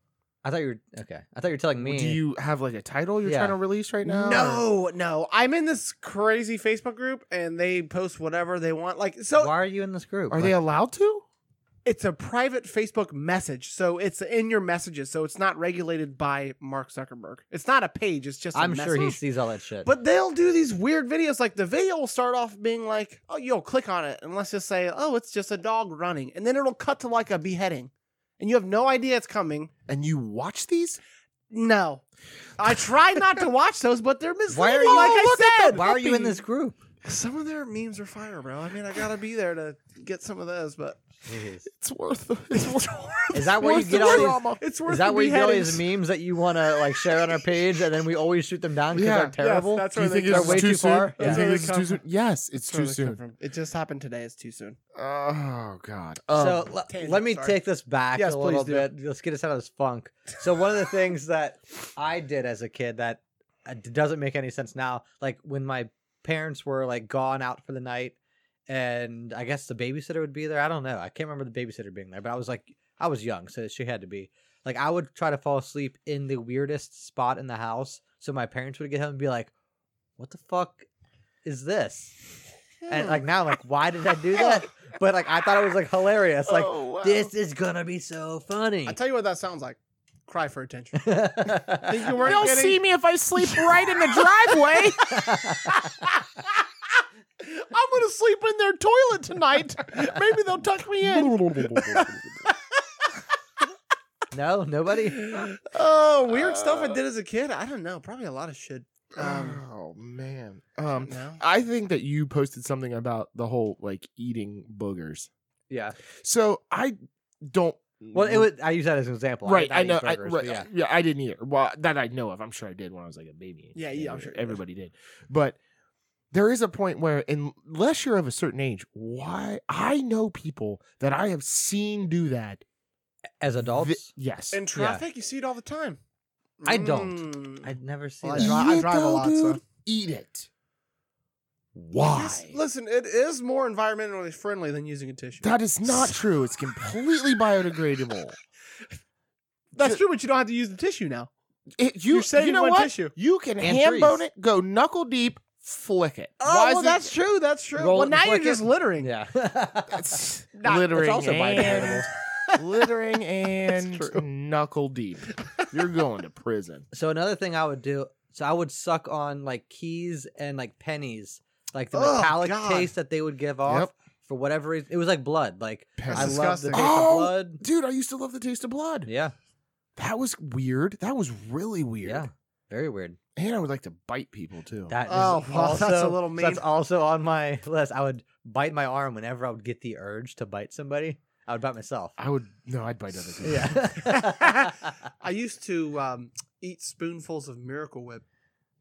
I thought you were okay. I thought you were telling me. do you have like a title you're Yeah. trying to release right now? or- no, no, I'm in this crazy Facebook group and they post whatever they want. Like, so why are you in this group? Are they Like, allowed to? it's a private Facebook message, so it's in your messages, so it's not regulated by Mark Zuckerberg. It's not a page; it's just. i I'm sure he sees all that shit. But they'll do these weird videos. Like the video will start off being like, "Oh, you'll click on it," and let's just say, "Oh, it's just a dog running," and then it'll cut to like a beheading, and you have no idea it's coming. And you watch these? No, I try not to watch those, but they're why misleading. are you like I said, Why are you in this group? Some of their memes are fire, bro. I mean, I gotta be there to get some of those, but It's worth the it's worth Is that where you worth get the all these? drama. it's worth. Is that the where you get all beheadings. these memes that you want to like share on our page, and then we always shoot them down because Yeah. they're terrible? Yes, that's Do you where they think they're it's come way too too soon? far? Do you Yeah. think That's this where is they too soon? come Yes, it's That's where too they come soon. from. It just happened today. It's too soon. Oh god. so Um, le- tangent, let me sorry. take this back Yes, a little please do. bit. Let's get us out of this funk. So one of the things that I did as a kid that uh, d- doesn't make any sense now, like when my parents were like gone out for the night, and I guess the babysitter would be there. I don't know. I can't remember the babysitter being there, but I was like, I was young, so she had to be. Like I would try to fall asleep in the weirdest spot in the house, so my parents would get home and be like, "What the fuck is this?" And like now, I'm like, why did I do that? But like, I thought it was like hilarious. Like, Oh, wow. this is gonna be so funny. I tell you what that sounds like. Cry for attention. Think you I weren't They'll getting- see me if I sleep right in the driveway. I'm gonna sleep in their toilet tonight. Maybe they'll tuck me in. No, nobody. oh, weird stuff I did as a kid. I don't know. Probably a lot of shit. Um, oh man. Um, no. I think that you posted something about the whole like eating boogers. Yeah. So I don't. Well, it was. I use that as an example. right. did not I know. I, eat burgers, right, uh, but yeah. yeah. I didn't either. Well, that I know of. I'm sure I did when I was like a baby. Yeah, yeah, I'm sure you did. everybody did. But there is a point where, unless you're of a certain age, why I know people that I have seen do that. As adults, Th- yes. In traffic, you see it all the time. I don't. Mm. I'd never seen Well, that. I, You dri- I drive a go, lot, so dude. Eat it. Why? Yes, listen, it is more environmentally friendly than using a tissue. That is not true. It's completely biodegradable. That's true, but you don't have to use the tissue now. It, you, You're saving you know one what? tissue. You can And hand trees. bone it, go knuckle deep, flick it. Oh, well, that's true. That's true. Roll it Well, and now you're flick just it. littering. Yeah. that's Not- littering it's also biodegradable. and littering and true. knuckle deep. You're going to prison. So another thing I would do, so I would suck on like keys and like pennies, like the Oh, metallic God. taste that they would give off for whatever reason. It was like blood. Like That's I I- love the disgusting. taste Oh! of blood. Dude, I used to love the taste of blood. Yeah, That was weird. That was really weird. yeah, very weird. And I would like to bite people too. That is Oh, well, that's also, a little so That's mean. also on my list. I would bite my arm whenever I would get the urge to bite somebody. I would bite myself. I would no, I'd bite other people. Yeah. I used to um, eat spoonfuls of Miracle Whip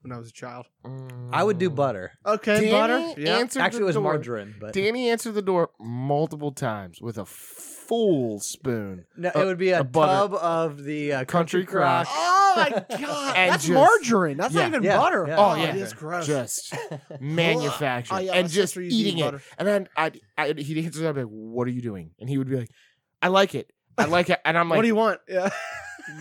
when I was a child. I would do Mm. butter. Okay, Danny butter. Yeah. answered Actually, it the was door. margarine, but Danny answered the door multiple times with a full spoon. no, a- it would be a, a butter. tub of the uh, Country country, Crock. crock. oh my god, And that's just- margarine. That's yeah, not even yeah, butter. yeah. Oh, yeah. it's gross. Just manufactured Oh, yeah, my and just sister used to eat eating it. butter. And then I'd, I'd, he'd answer that, I'd be like, What are you doing? And he would be like, I like it. I like it. And I'm like, what do you want? Yeah.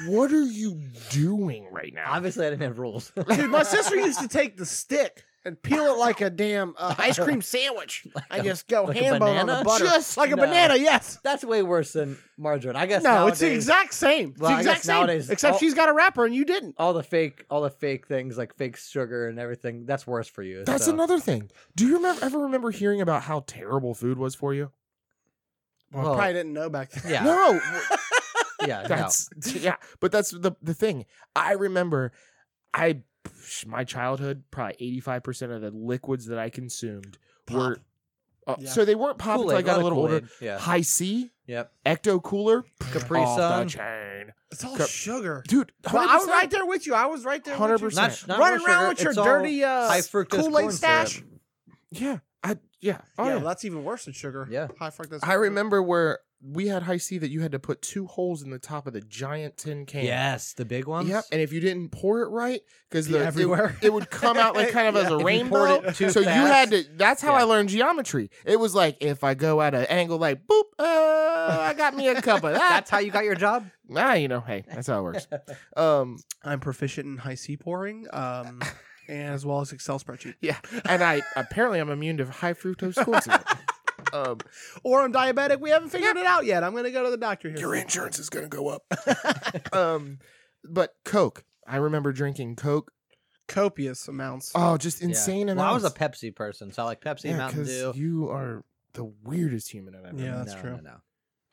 what are you doing right now? Obviously, I didn't have rules. Dude, my sister used to take the stick and peel it like a damn uh, ice cream sandwich. I just go like a hand bone on the banana? butter, Just- like a no. banana. Yes. That's way worse than margarine. I guess No, nowadays, it's the exact same. It's Well, the I exact guess same. nowadays- except oh. all- she's got a wrapper and you didn't. all the fake, all the fake things like fake sugar and everything. That's worse for you. That's so. another thing. Do you remember ever remember hearing about how terrible food was for you? Well, Well, probably didn't know back then. Yeah, No, yeah. no. that's yeah. But that's the the thing. I remember, I my childhood probably eighty five percent of the liquids that I consumed were. Uh, Yeah. So they weren't pop until I Kool-Aid, got lot a of little older. Kool-Aid. Yeah. High C, Yep. Ecto Cooler, Capri off Sun. the chain, It's all Cup- sugar. dude. Well, I was 100%. right there with you. I was right there. Hundred with you. percent. Not, not Running more around sugar, with your it's all dirty uh, high fructose Kool-Aid corn stash. syrup. Yeah, I yeah. Oh, yeah, yeah. well, that's even worse than sugar. Yeah. high fructose. I remember where we had high C that you had to put two holes in the top of the giant tin can. Yes, the big ones. Yep. And if you didn't pour it right, because Be everywhere. it, would come out like kind of as Yeah, a if you rainbow. poured it too so you had fast. to. That's how I Yeah. learned geometry. It was like if I go at an angle, like boop, uh, I got me a cup of that. That's how you got your job. ah, you know, hey, that's how it works. Um, I'm proficient in high C pouring, um, and as well as Excel spreadsheet. yeah. And I apparently I'm immune to high fructose corn syrup. Um, Or I'm diabetic. We haven't figured it out yet. I'm gonna go to the doctor here. your insurance is gonna go up. um, but Coke. I remember drinking Coke. Copious amounts. Oh, just Yeah. insane Well, I amounts. was a Pepsi person, so I like Pepsi, yeah, Mountain 'cause Dew. You are the weirdest human I've ever. Yeah. met. that's no, true. No, no,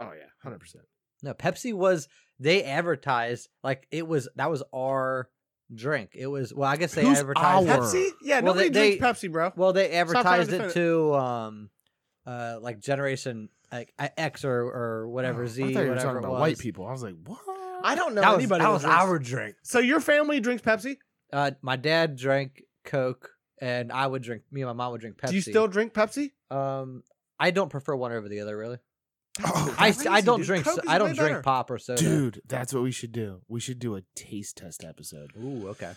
Oh yeah, hundred percent. no. Pepsi was they advertised like it was that was our drink. It was well, I guess they Who's advertised our? Pepsi? Yeah, Well, nobody they- drinks Pepsi, bro. Well, they trying to advertised defend it to um, uh, like Generation like I- X or or whatever Oh, Z, I thought you were whatever talking it about was. white people. I was like, what? I don't know That was, anybody. that was drinks- our drink. So your family drinks Pepsi? Uh, my dad drank Coke, and I would drink. Me and my mom would drink Pepsi. Do you still drink Pepsi? Um, I don't prefer one over the other, really. Oh, I, Crazy, I don't dude. drink. Coke so- is I don't way drink better. pop or soda. dude, that's what we should do. We should do a taste test episode. Ooh, okay.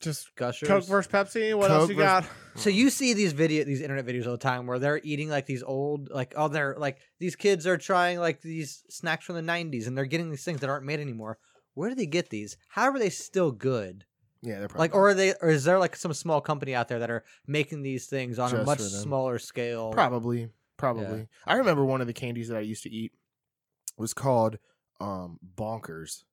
Just Gushers. Coke versus Pepsi. What else Coke you versus- got? So you see these video, these internet videos all the time where they're eating like these old, like oh, they're like these kids are trying like these snacks from the '90s, and they're getting these things that aren't made anymore. Where do they get these? How are they still good? yeah, they're probably Like, or are they, or is there like some small company out there that are making these things on Just a much for them. smaller scale? probably probably. I remember one of the candies that I used to eat was called um Bonkers.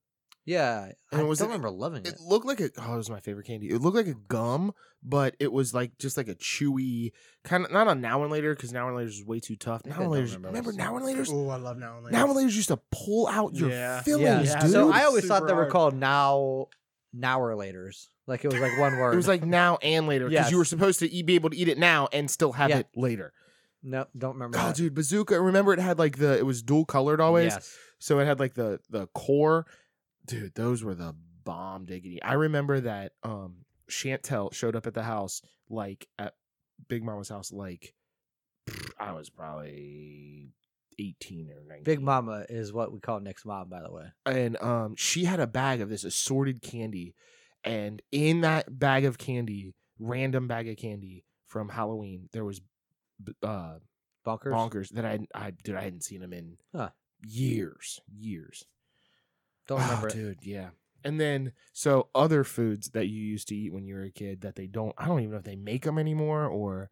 Yeah, And I was don't it- remember loving it. It looked like a oh, it was my favorite candy. It looked like a gum, but it was like just like a chewy kind of not on now and later because now and later's is way too tough. think Now I and don't later's remember remember this. now and later's Oh, I love now and later. now and later's used to pull out your Yeah. yeah. fillings, dude. So I It's always thought they super were hard. called now, now or later's. Like it was like one word. it was like now and later because Yes. you were supposed to eat, be able to eat it now and still have Yeah. it later. no, don't remember. Oh, that. dude, bazooka! Remember it had like the it was dual colored always. Yes. So it had like the the core. Dude, those were the bomb diggity. I remember that um Chantel showed up at the house like at Big Mama's house like I was probably 18 or 19. Big Mama is what we call Nick's mom, by the way. and um she had a bag of this assorted candy and in that bag of candy, random bag of candy from Halloween, there was b- uh Bonkers. bonkers that I I dude I hadn't seen them in Huh. years, years. Don't Oh, remember. it. dude. Yeah. And then, so other foods that you used to eat when you were a kid that they don't, I don't even know if they make them anymore or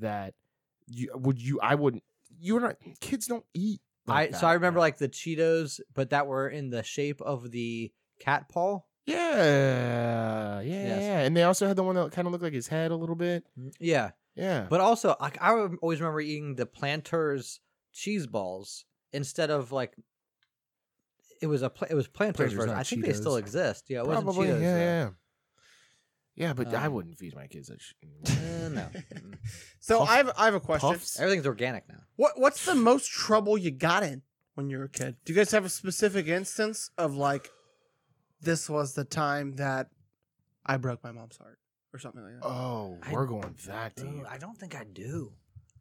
that you would you, I wouldn't, you're not, kids don't eat. like I that so I remember now. like the Cheetos, but that were in the shape of the cat paw. yeah, yeah, Yes. yeah. And they also had the one that kind of looked like his head a little bit. Mm, Yeah, Yeah. but also like I rem- always remember eating the Planters cheese balls instead of like it was a pla- it was Planters, Planters, version. not I think they still Cheetos. exist. Yeah, it probably, wasn't Cheetos. yeah, though. yeah. Yeah, but I Um, wouldn't feed my kids that shit. Uh, no, Mm-mm. So Puff- I have I have a question. Puffs? everything's organic now. What what's the most trouble you got in when you were a kid? Do you guys have a specific instance of like this was the time that I broke my mom's heart or something like that? Oh, I- we're going that deep. Dude, I don't think I do.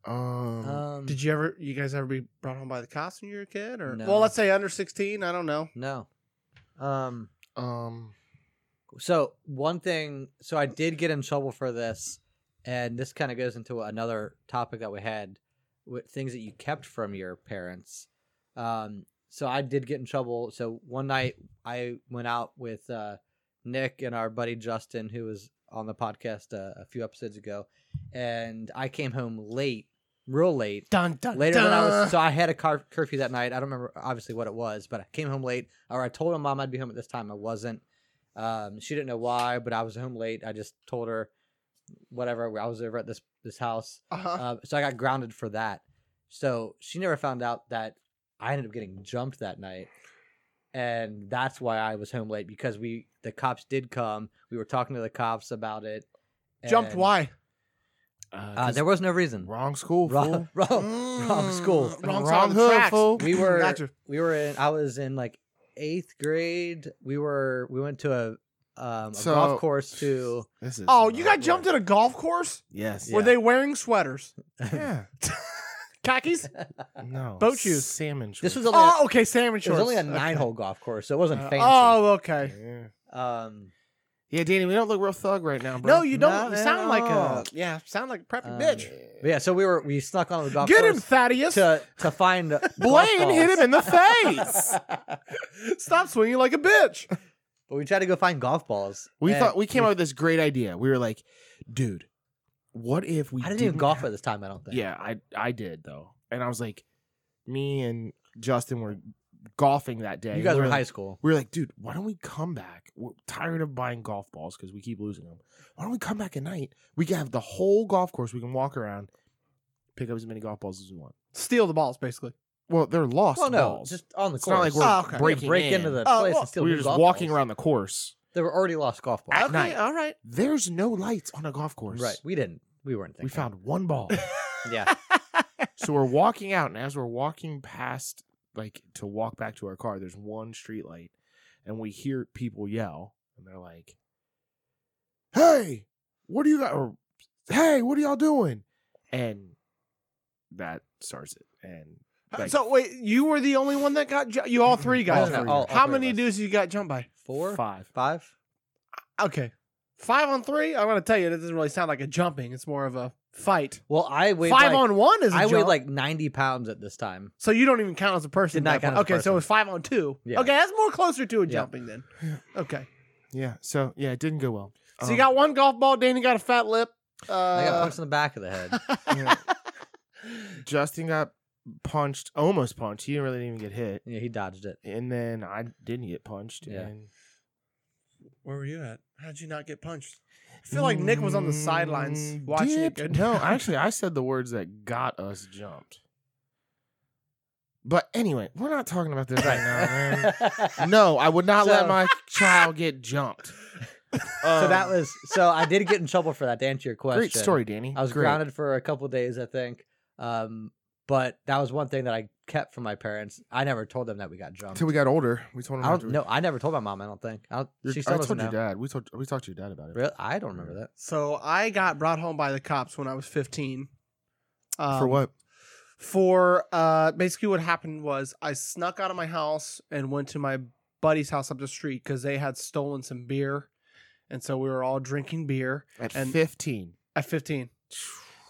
Um, Um, Did you ever you guys ever be brought home by the cops when you were a kid or No. well let's say under 16, I don't know. No. Um. um, So one thing, so I did get in trouble for this, and this kind of goes into another topic that we had with things that you kept from your parents. Um, so I did get in trouble. So one night I went out with uh, Nick and our buddy Justin, who was on the podcast uh, a few episodes ago, and I came home late, real late, Dun dun. later dun. than I was. So I had a car- curfew that night. I don't remember obviously what it was, but I came home late. Or I told my mom I'd be home at this time. I wasn't. Um, she didn't know why, but I was home late. I just told her whatever. I was over at this this house, uh-huh. uh, so I got grounded for that. So she never found out that I ended up getting jumped that night, and that's why I was home late because we the cops did come. We were talking to the cops about it. Jumped and, why? Uh, 'cause there was no reason. wrong school, fool. Wrong, wrong, Oh, wrong school. Mm, Wrong Wrong, side of the hood, tracks. fool. we were Gotcha. we were in I was in like eighth grade. We were we went to a um a So- golf course to This is Oh, you not got jumped right. at a golf course? Yes. Were they wearing sweaters? Yeah. Khakis? No. Boat shoes. Salmon shoes. this was only oh, okay, sandwich a, it was shorts. only a Okay. nine hole golf course, so it wasn't Uh, fancy. Oh, okay. Yeah. Um yeah, Danny, we don't look real thug right now, bro. No, you don't Not at sound like a all. yeah, sound like a preppy Um, bitch. but yeah, so we were we snuck on the golf Get him, course Thaddeus. to to find golf Blaine hit balls. him in the face. Stop swinging like a bitch. but we tried to go find golf balls. we and thought we came up with this great idea. We were like, dude, what if we I didn't even golf have- at this time, I don't think. Yeah, I I did though. And I was like, me and Justin were golfing that day. You guys We were in like, high school. we were like, dude, why don't we come back? We're tired of buying golf balls because we keep losing them. Why don't we come back at night? We can have the whole golf course. We can walk around, pick up as many golf balls as we want. Steal the balls, basically. Well, they're lost Well, no, balls. just on the it's course. not like we're Oh, okay. breaking break in. into the Oh, place well, and steal We were new just golf walking balls. around the course. There were already lost golf balls. At night. all right. There's no lights on a golf course. Right. We didn't. We weren't thinking. We found one ball. Yeah. so we're walking out, and as we're walking past, like to walk back to our car, there's one street light, and we hear people yell, and they're like, "Hey, what do you got?" Or, "Hey, what are y'all doing?" And that starts it. And like, so wait, you were the only one that got ju- you. All three guys. No, no, no, all- all How three many of us. dudes you got jumped by? Four, five. five. Okay, five on three. I'm gonna tell you, it doesn't really sound like a jumping. It's more of a fight. Well, I weighed five like, on one is. a I weighed jump. like ninety pounds at this time. So you don't even count as a person. Did not at that count point. as a okay, so person. it was five on two. Yeah. Okay, that's more closer to a Yeah. jumping then. Okay, Yeah. So yeah, it didn't go well. so Um, you got one golf ball. Danny got a fat lip. I got Uh, punched in the back of the head. yeah. Justin got punched, almost punched. He didn't really even get hit. Yeah, he dodged it. And then I didn't get punched. Yeah. And Where were you at? How did you not get punched? I feel like Nick was on the sidelines Mm, watching it. did- Good. No, actually, I said the words that got us jumped. But anyway, we're not talking about this right now, man. No, I would not let So- my child get jumped. so Um, that was so I did get in trouble for that to answer your question. great story, Danny. I was Great. grounded for a couple days, I think. Um, but that was one thing that I kept from my parents. I never told them that we got jumped. until we got older. We told him. I not to- don't. No, I never told my mom. I don't think. I don't, Your- she I still told doesn't your know. dad. We told we talked to your dad about it Really? I don't remember that. So I got brought home by the cops when I was 15. Um, for what? For uh, basically what happened was I snuck out of my house and went to my buddy's house up the street because they had stolen some beer, and so we were all drinking beer At and- fifteen. at 15.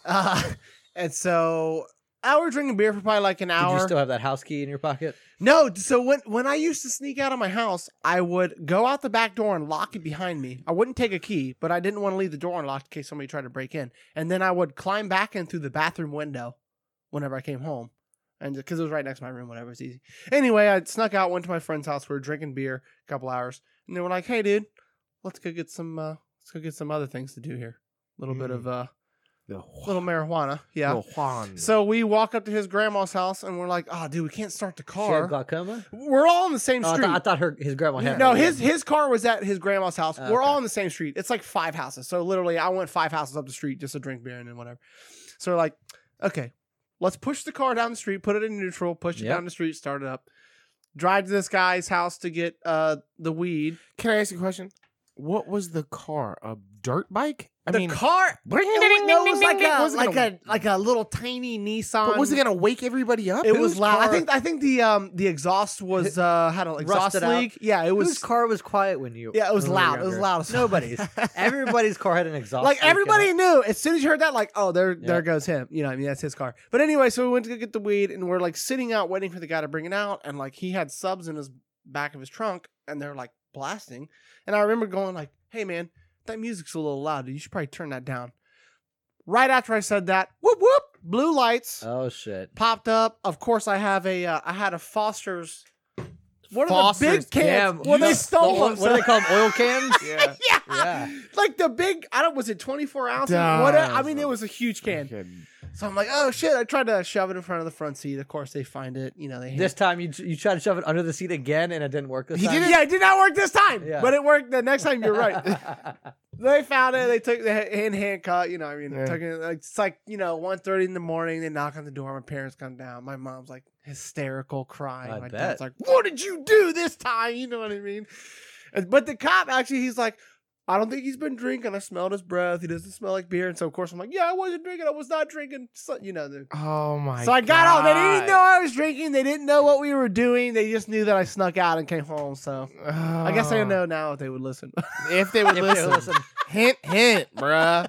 Uh, and so I were drinking beer for probably like an hour. Did you still have that house key in your pocket? No, so when when I used to sneak out of my house, I would go out the back door and lock it behind me. I wouldn't take a key, but I didn't want to leave the door unlocked in case somebody tried to break in. And then I would climb back in through the bathroom window whenever I came home. And because it was right next to my room, whatever, it's easy. Anyway, I snuck out, went to my friend's house. We were drinking beer a couple hours. And they were like, hey, dude, let's go get some, uh, let's go get some other things to do here. A little bit Mm. of, uh, The little marijuana. Yeah. little Juan. So we walk up to his grandma's house and we're like, oh, dude, we can't start the She had car. glaucoma. We're all on the same Oh, I, street. thought, I thought her his grandma had. no, it. his his car was at his grandma's house. Oh, We're all okay. on the same street. It's like five houses. So literally, I went five houses up the street just to drink beer and then whatever. So we're like, okay, let's push the car down the street, put it in neutral, push it Yep. down the street, start it up. Drive to this guy's house to get uh the weed. can I ask you a question? What was the car? A dirt bike? I the mean, car Bring it was, no, it was like a was like gonna, a like a little tiny Nissan. But was it gonna wake everybody up? it Whose was loud. I car- think I think the um the exhaust was uh had an exhaust Rusted out. leak. Yeah, it Whose was car was quiet when you? yeah, it was when we were loud. It was younger? loud. as- Nobody's. Everybody's car had an exhaust. like leak in everybody it. knew as soon as you heard that like oh there Yeah. there goes him you know what i mean that's his car but anyway so we went to go get the weed and we're like sitting out waiting for the guy to bring it out and like he had subs in his back of his trunk and they're like blasting and i remember going like hey man that music's a little loud you should probably turn that down right after i said that whoop whoop blue lights Oh shit. popped up of course i have a uh, i had a foster's what are the Foster's, big Damn. cans? Well, they you- stole what, them. What do so- they call them? Oil cans? yeah. Yeah. Like the big, I don't, was it 24 ounces? Damn. What I mean, it was a huge can. Fucking- So I'm like, oh shit. I tried to shove it in front of the front seat. Of course, they find it. You know, they. This time you you tried to shove it under the seat again and it didn't work. This He time. did yeah, it did not work this time, Yeah. but it worked the next time. You're right. they found it. They took the in handcuff. You know, what I mean, Yeah. took it, like, it's like you know, 1.30 in the morning. They knock on the door. My parents come down. My mom's like hysterical crying. I my bet. dad's like, "What did you do this time?" You know what I mean? And, but the cop actually, he's like. I don't think he's been drinking. I smelled his breath. He doesn't smell like beer. And so, of course, I'm like, yeah, I wasn't drinking. I was not drinking. So, you know, the Oh my! so I got God. out. They didn't know I was drinking. They didn't know what we were doing. They just knew that I snuck out and came home. So I guess I Oh. know now if they would listen. if they would If listen. they listen. hint, hint, bruh.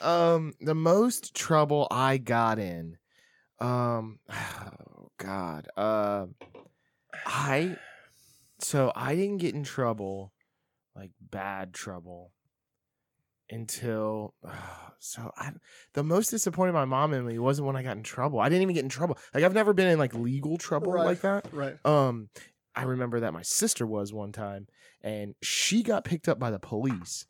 Um, the most trouble I got in, um, oh God, uh, I, so I didn't get in trouble, like bad trouble, until so I. The most disappointed my mom in me wasn't when I got in trouble. I didn't even get in trouble. Like I've never been in like legal trouble Right. like that. right. Um, I remember that my sister was one time, and she got picked up by the police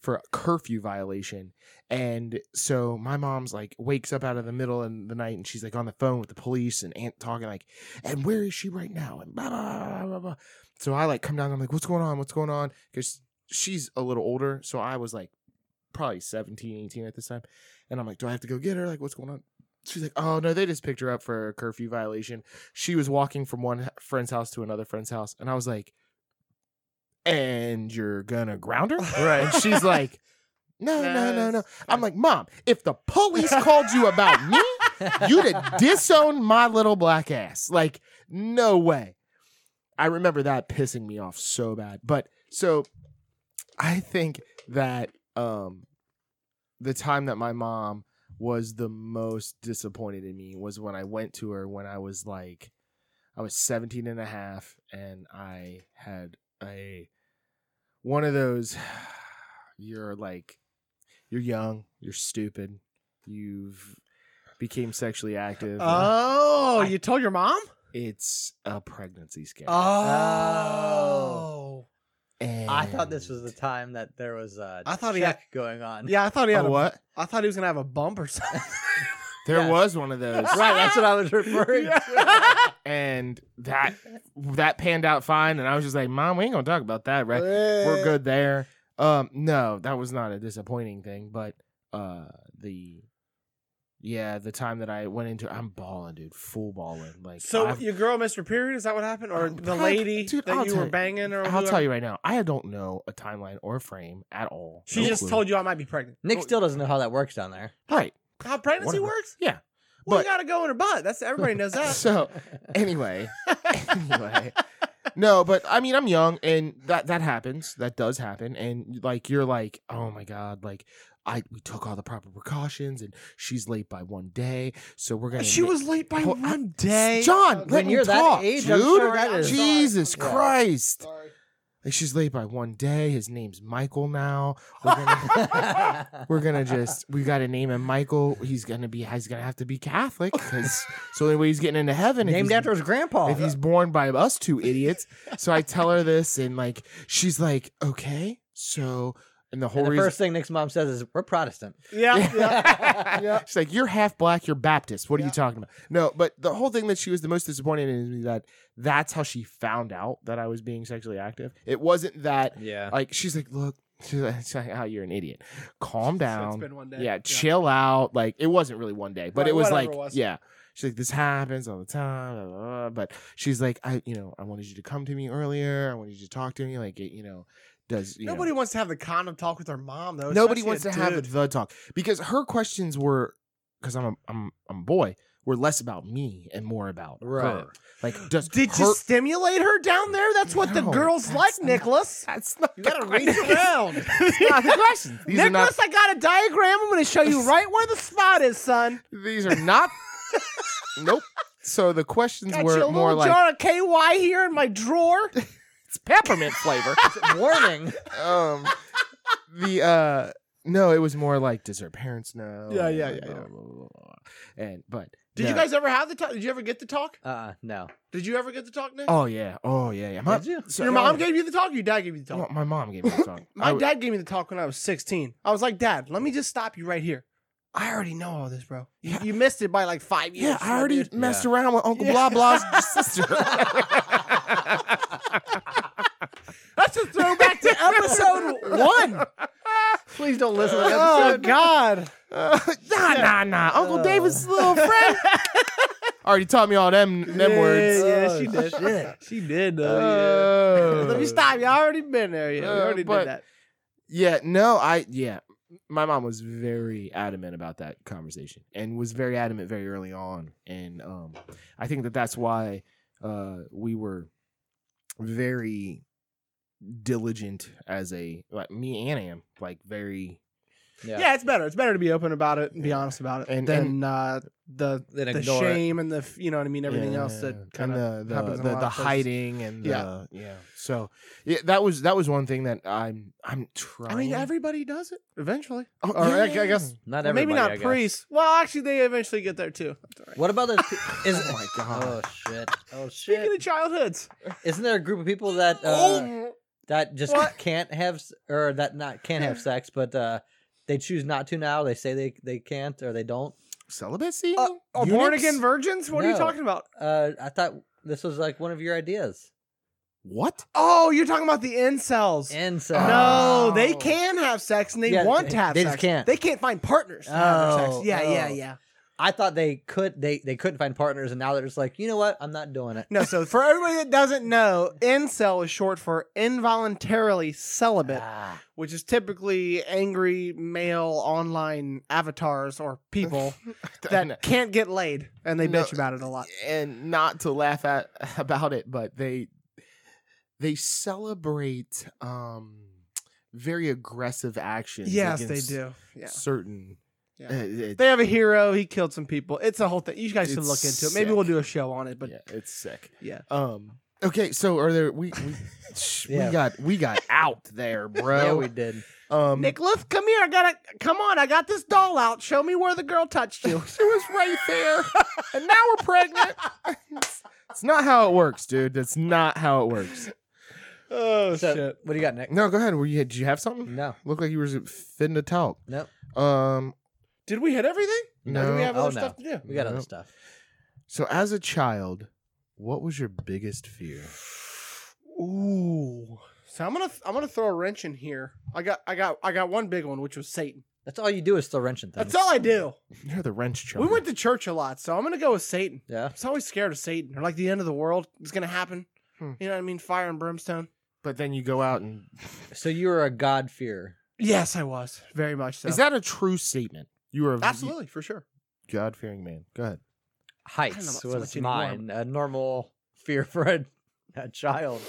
for a curfew violation. And so my mom's like wakes up out of the middle of the night, and she's like on the phone with the police and aunt talking like, "And where is she right now?" And blah blah blah blah, blah blah. So I like come down. I'm like, "What's going on? What's going on?" Because she's a little older, so I was like probably 17, 18 at this time. And I'm like, "Do I have to go get her? Like, what's going on?" She's like, "Oh no, they just picked her up for a curfew violation." she was walking from one h- friend's house to another friend's house, and I was like, "And you're gonna ground her?" Right. And she's like, "No, no, no, no." That's I'm like, "Mom, if the police called you about me, you'd have disowned my little black ass. Like, no way." I remember that pissing me off so bad. But so, I think that um, the time that my mom was the most disappointed in me was when I went to her when I was like I was 17 and a half and I had a one of those you're like you're young, you're stupid, you've became sexually active. Uh, Oh, I- you told your mom? it's a pregnancy scam. Oh. uh, I thought this was the And- time that there was a I thought he check going on. Yeah, I thought he A had a- Oh, what? I thought he was gonna have a bump or something. There Yeah. was one of those, right. That's what I was referring to. and that that panned out fine. And I was just like, "Mom, we ain't gonna talk about that, right? Eh. We're good there." Um, no, that was not a disappointing thing, but uh, the yeah, the time that I went into, I'm balling, dude, full balling. Like, So I've- your girl missed her period? Is that what happened? Or Oh, the fuck, lady dude, that I'll you tell were you- banging or I'll whoever? tell you right now, I don't know a timeline or a frame at all. She No just clue. told you I might be pregnant. Nick still doesn't know how that works down there. right, how pregnancy Whatever. works? yeah. Well, But- you gotta go in her butt. That's everybody knows that. So anyway, anyway, no, but I mean, I'm young, and that that happens. That does happen, and like you're like, oh my god, like I we took all the proper precautions, and she's late by one day, so we're gonna. she ma- was late by Well, I- one day. Oh, John, When let me you're that talk, age, dude. I'm sure that is- Jesus Yeah. Christ! Sorry. Like she's late by one day. His name's Michael now. We're gonna, we're gonna just we got to name him Michael. He's gonna be he's gonna have to be Catholic because so the only way he's getting into heaven. if named he's- after his grandpa. if he's born by us two idiots. so I tell her this, and like she's like, okay, so and the whole and the reason. first thing Nick's mom says is, "We're Protestant." Yeah, yeah. yeah. She's like, you're half black, you're Baptist. What are Yeah. you talking about? No, but the whole thing that she was the most disappointed in is that that's how she found out that I was being sexually active. It wasn't that Yeah. like she's like, look, she's like, she's like, oh, you're an idiot. Calm down. So it's been one day. Yeah, chill out. Like it wasn't really one day, but Right, it was whatever like it was. yeah. She's like, this happens all the time. blah, blah, blah. But she's like, I you know, I wanted you to come to me earlier. I wanted you to talk to me. Like it, you know, does you know- Nobody wants to have the condom talk with their mom though. nobody especially wants a to have dude. the talk because her questions were because I'm a I'm I'm a boy were less about me and more about Right. her. Like does Did her, you stimulate her down there? That's what the No, girls like, that's not- Nicholas. that's not You the gotta reach question. around. That's not the question. These are not Nicholas, I got a diagram. I'm going to show you right where the spot is, son. these are not Nope. So the questions Got you a were more little like jar of KY here in my drawer. it's peppermint flavor. Warning. um the uh no it was more like does her parents know Yeah, yeah, yeah, Blah, yeah. blah, blah, blah. and but Did you no. guys ever have the talk? Did you ever get the talk? Uh, no. Did you ever get the talk, Nick? oh yeah oh yeah yeah Did you? so- Your mom gave you the talk. or Your dad gave you the Well, talk. my mom gave me the song My I, w- dad gave me the talk when I was 16. I was like, Dad, let me just stop you right here. I already know all this, bro. You, Yeah. you missed it by like five years. yeah i already dude. messed Yeah. around with uncle Yeah. blah blah's sister That's a throwback to episode one. Please don't listen to that Oh episode. God! Uh, nah nah nah Oh. uncle david's little friend already taught me all them them Yeah, words Yeah, she Oh, did. shit. She did though. Uh, yeah. Oh. Let me stop. You already been there. Yeah, we Uh, already but- did that. Yeah, no, I yeah. My mom was very adamant about that conversation and was very adamant very early on and um I think that that's why uh we were very diligent as a like me and Am like very Yeah. it's better. It's better to be open about it and be honest about it, And- than and- uh, the Then the ignore it. shame and the f- you know what I mean. Everything else Yeah. that kind of and the the, happens in a the, lot the of places. hiding and Yeah. the yeah so yeah that was that was one thing that I'm I'm trying I mean, everybody does it eventually. Oh, or I- I guess- Not Well, everybody. maybe I not guess. priests. Well, actually, they eventually get there too. That's all right. What about those? pe- Is Oh my God. Oh shit! Oh Speaking shit! of childhoods, Isn't there a group of people that uh, oh, that just What? can't have s- or that not can't have sex, but uh, they choose not to now? They say they they can't or they don't. celibacy uh, are born Eunuchs? again virgins? What are you No. talking about? Uh, I thought this was like one of your ideas. what Oh, you're talking about the incels. And so No, Oh. they can have sex and they Yeah, want they- to have they sex. just can't. They can't find partners to have their Oh, sex. Yeah, yeah, oh. yeah. I thought they could they they couldn't find partners, and now they're just like, you know what? I'm not doing it. No, so for everybody that doesn't know, incel is short for involuntarily celibate, Ah. which is typically angry male online avatars or people that can't get laid and they No. bitch about it a lot. and not to laugh at about it, but they they celebrate um very aggressive actions. Yes, they against do. Yeah. Certain. Yeah. uh, it- They have a hero. He killed some people. It's a whole thing. You guys should It's look into it. Maybe we'll do a show on it, but yeah, it's sick. yeah. Um, Okay, so are there we we, sh- Yeah. we got we got out there, bro. yeah, we did. um Nicholas, come here. I gotta come on. I got this doll out. Show me where the girl touched you. it was right there. and now we're pregnant. it's, it's not how it works, dude. That's not how it works. oh So, what do you got, Nick? No, go ahead. Were you did you have something? No, Looked like you were fitting to talk. no, Um Did we hit everything? no. Or do we have Oh, other no. stuff to do? we got other Nope. stuff. So as a child, what was your biggest fear? Ooh. So I'm gonna I'm gonna throw a wrench in here. I got I got I got one big one, which was Satan. That's all you do is throw wrench and things. That's all I do. You're the wrench child. We went to church a lot, so I'm gonna go with Satan. Yeah. I was always scared of Satan, or like the end of the world is gonna happen. Hmm. You know what I mean? Fire and brimstone. but then you go out and So you were a god fear. Yes, I was very much so. Is that a true statement? You were a absolutely for sure? God fearing man. Go ahead. I Heights don't know about was so much anymore. mine. A normal fear for a, a child.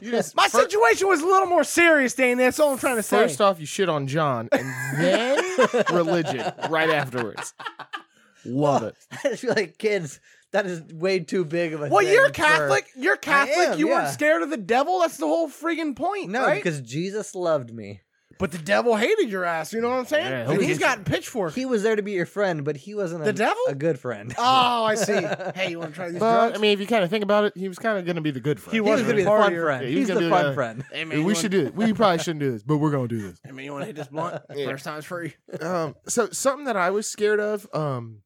You just My situation was a little more serious, Dan. That's all I'm trying to say. First off, you shit on John, and then religion right afterwards. Love it. I feel like kids. That is way too big of a. well, thing you're for- Catholic. You're Catholic. am, you yeah. weren't scared of the devil. That's the whole friggin' point, No, right? because Jesus loved me. but the devil hated your ass. You know what I'm saying? Yeah, he'll and get he's you. got pitchfork. He was there to be your friend, but he wasn't The a, devil? a good friend. oh, I see. hey, you want to try these But I drugs? mean, if you kind of think about it, he was kind of going to be the good friend. He he was wasn't gonna be the part of fun your- friend. Yeah, he was He's gonna the be fun the- friend. Hey, man, you we wanna- should do it. We probably shouldn't do this, but we're going to do this. I mean, you want to hit this blunt? Yeah. First time's free. um so something that i was scared of um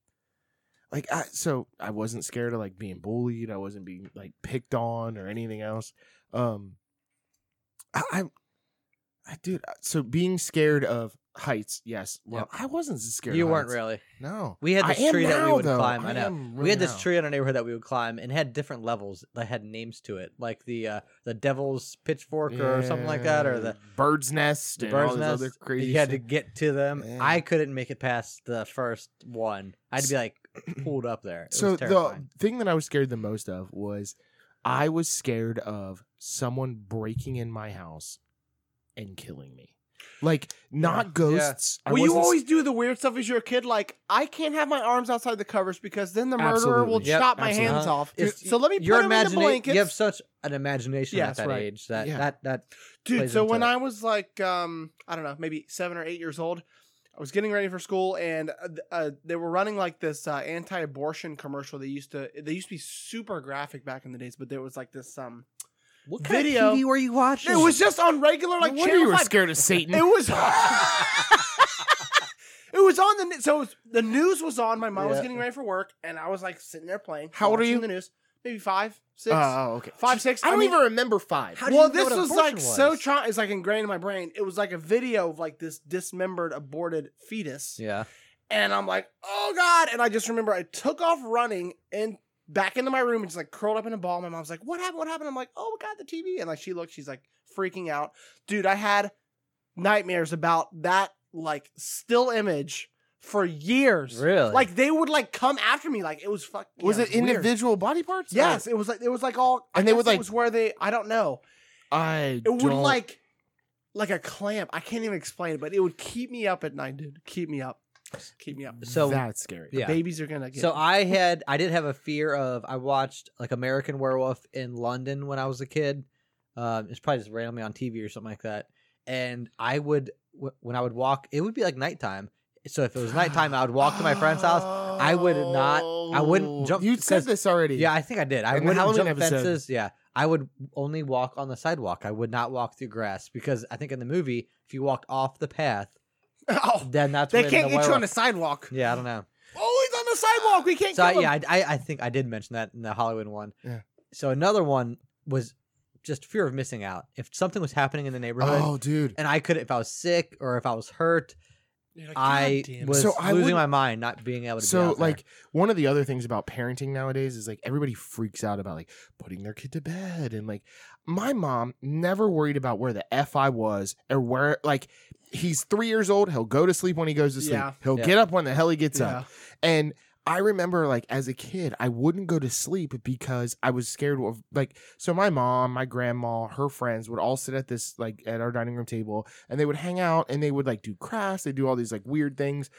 like i so i wasn't scared of like being bullied i wasn't being like picked on or anything else um i i, I dude uh, so being scared of heights yes well i wasn't scared You of weren't heights. really. no We had this I am tree that we now, would though. climb. I know. am we had really this now. tree in our neighborhood that we would climb and had different levels that had names to it, like the uh, the devil's pitchfork or something like that, or the, Yeah, bird's nest the and bird's all this nest. other crazy you had to shit. get to them. Yeah. I couldn't make it past the first one. I'd be like pulled up there. It so was the terrifying. thing that I was scared the most of was I was scared of someone breaking in my house and killing me. Like not Yeah. ghosts. I Well, you wasn't- always do the weird stuff as you're a kid. Like, I can't have my arms outside the covers because then the murderer will Absolutely. Yep, chop my absolutely. hands off. It's- so let me put your them in the imagination. blankets. You have such an imagination Yeah, at that's that right. age that Yeah. that that Dude, plays so into when it. I was like, um, I don't know, maybe seven or eight years old, I was getting ready for school, and uh, th- uh, they were running like this uh, anti-abortion commercial. They used to, they used to be super graphic back in the days, but there was like this, um, what kind of Video- TV were you watching? it was just on regular like no wonder channel you were 5. scared of Satan. It was. it was on the ne- so it was- the news was on. My mom was Yeah. getting ready for work, and I was like sitting there playing. How old are watching you? The news, maybe five, Oh, six, five, six. okay. I don't mean, even remember five. How do well, you know this what was abortion like so was? trying. It's like ingrained in my brain. It was like a video of like this dismembered, aborted fetus, yeah. and I'm like, oh god! And I just remember I took off running and back into my room and just like curled up in a ball. My mom's like, what happened? What happened? I'm like, oh god, the TV! And like she looked, she's like freaking out, dude. I had nightmares about that like still image for years. Really? Like they would like come after me. Like it was fuck. yeah, was it weird. individual body parts? Oh, Yes, it was like it was like all, And they guess would, it like- was where they I don't know. Or- I It would don't- like like a clamp. I can't even explain it, but it would keep me up at night, dude. Keep me up. Keep me up. So that's scary. yeah. Babies are gonna get So I had I did have a fear of I watched like American Werewolf in London when I was a kid. Um, it's probably just randomly on TV or something like that. And I would wh- when I would walk, it would be like nighttime. So if it was nighttime, I would walk to my friend's house. I would not- I Oh. wouldn't jump- You said because- this already. Yeah, I think I did. I In the wouldn't Halloween jump episode. fences. Yeah, I would only walk on the sidewalk. I would not walk through grass because I think in the movie, if you walked off the path, Oh, then that's they when can't the get you on the werewolf- sidewalk. Yeah, I don't know. Oh, he's on the sidewalk. We can't So I, kill him. yeah, I, I I think I did mention that in the Halloween one. Yeah. So another one was just fear of missing out. If something was happening in the neighborhood, Oh, dude. and I could, if I was sick or if I was hurt, You're like, I "God damn it." was So I losing wouldn't- my mind, not being able to. be so out there. like one of the other things about parenting nowadays is like everybody freaks out about like putting their kid to bed and like my mom never worried about where the f i was or where like he's three years old he'll go to sleep when he goes to sleep Yeah. he'll Yeah. get up when the hell he gets yeah. up and I remember like as a kid, I wouldn't go to sleep because I was scared of like so my mom, my grandma, her friends would all sit at this like at our dining room table and they would hang out and they would like do crafts, they do all these like weird things.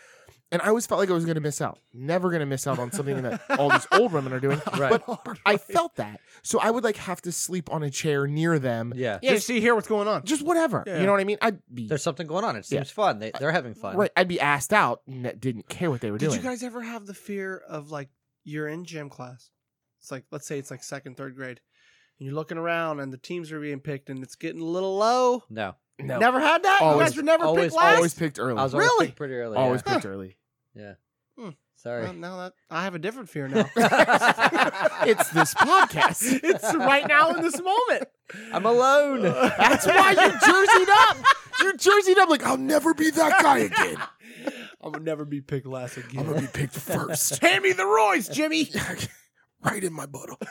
And I always felt like I was going to miss out. Never going to miss out on something that all these old women are doing. Right. But I felt that. So I would like have to sleep on a chair near them. Yeah. Yeah, just see here what's going on. Just whatever. Yeah. You know what I mean? I'd be There's something going on. It Yeah. seems fun. They, they're having fun. right. I'd be asked out and that didn't care what they were Did doing. you guys ever have the fear of like you're in gym class? It's like let's say it's like second, third grade, and you're looking around and the teams are being picked and it's getting a little low. No. no. Never had that. you Always- guys were never always- picked last. always picked early. I was Really? always picked pretty early. always Um, yeah. picked early. Sorry. Well, now that I have a different fear now. It's this podcast. it's right now in this moment. I'm alone. That's why you jerseyed up. You're jerseyed up like I'll never be that guy again. I would never be picked last I'm again. gonna be picked first. Hand me the Royce, Jimmy. right in my butthole.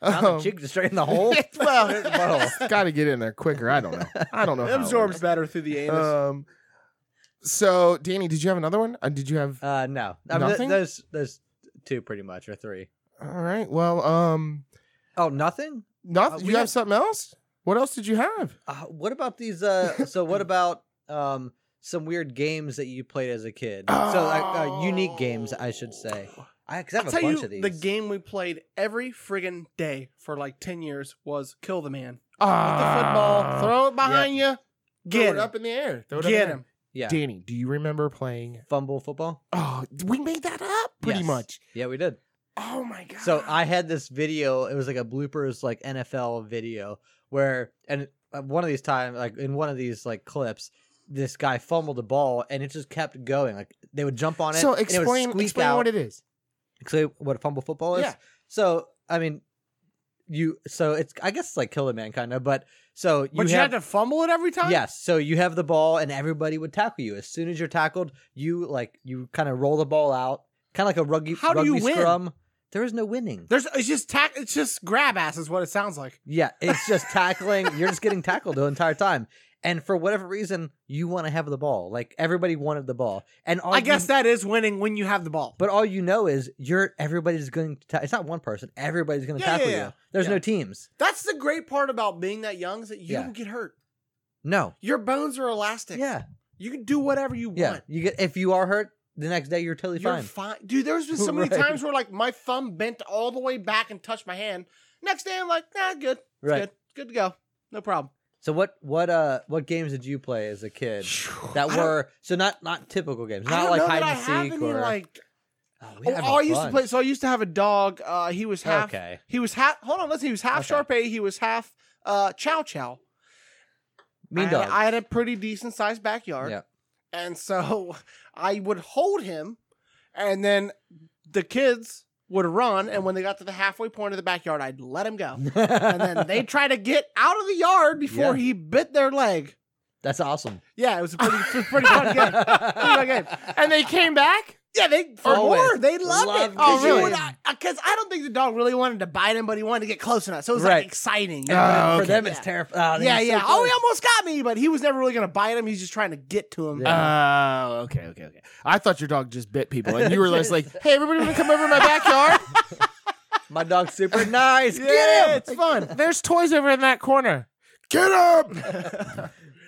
I'm a Um, chick straight in the hole. well, Butthole. got to get in there quicker. I don't know. I don't know. It how it absorbs better through the works. anus. Uh, Um. So, Danny, did you have another one? Uh, did you have? Uh, no. I mean, Nothing? th- there's, there's two pretty much, or three. All right. Well, um, Oh, nothing? nothing. Uh, we you have, have- something else? What else did you have? Uh, what about these? Uh, so, what about um, some weird games that you played as a kid? So, like, uh, unique games, I Oh. should say. I, cause I I'll have a tell bunch you, of these. the game we played every friggin' day for like ten years was Kill the Man. Get the Ah. football, Ah. throw it behind you, throw get it him, up in the air. Throw it get up in him. yeah. the air. Danny, do you remember playing? Fumble football? Oh, we made that up pretty Yes. much. Yeah, we did. Oh my god. So I had this video. It was like a bloopers, like NFL video, where and at one of these times, like in one of these like clips, this guy fumbled the ball and it just kept going. Like they would jump on it. So and it would explain squeak explain out. what it is. Explain what fumble football is. Yeah. So I mean, you. So it's I guess it's like kill the man kind of, but so you But you, have had to fumble it every time. Yes. So you have the ball and everybody would tackle you. As soon as you're tackled, you like you kind of roll the ball out, kind of like a rugby How do rugby you win? scrum. There is no winning. There's it's just tack. It's just grab ass is what it sounds like. Yeah, it's just tackling. You're just getting tackled the entire time. And for whatever reason, you want to have the ball. Like everybody wanted the ball. And all I you- guess that is winning when you have the ball. but all you know is you're everybody's going to ta- it's not one person. Everybody's going to Yeah, yeah, tackle yeah. you. There's Yeah. no teams. that's the great part about being that young is that you Yeah. don't get hurt. No. Your bones are elastic. Yeah. you can do whatever you Yeah. want. You get if you are hurt, the next day you're totally You're fine. fine. Dude, there's been so many Right. times where like my thumb bent all the way back and touched my hand. Next day I'm like, nah, good. It's Right. good. It's good to go. No problem. So what what uh what games did you play as a kid that I don't- were so not not typical games, I not don't like know hide that I have and seek any, or like oh, we oh, have a I used to bunch. play so I used to have a dog. Uh he was half Okay. he was half hold on, listen, he was half Okay. Shar Pei, he was half uh Chow Chow. Mean I dog. Had, I had a pretty decent sized backyard. Yeah. And so I would hold him, and then the kids would run. And when they got to the halfway point of the backyard, I'd let him go. And then they try to get out of the yard before Yeah. he bit their leg. That's awesome. Yeah, it was a pretty, it was a pretty fun game. Pretty fun game. And they came back? Yeah, they for Always more. They loved, loved it. Because the game. Because I don't think the dog really wanted to bite him, but he wanted to get close enough. So it was Right. uh, like exciting. Oh, But okay. For them, it's Yeah. terrifying. yeah, yeah. oh, he almost got me, but he was never really going to bite him. He's just trying to get to him. Um, Yeah. Oh, okay, okay, okay. I thought your dog just bit people and you were just like, hey, everybody wanna come over to my backyard? My dog's super nice. Yeah, Get It's him. fun. There's toys over in that corner. Get up!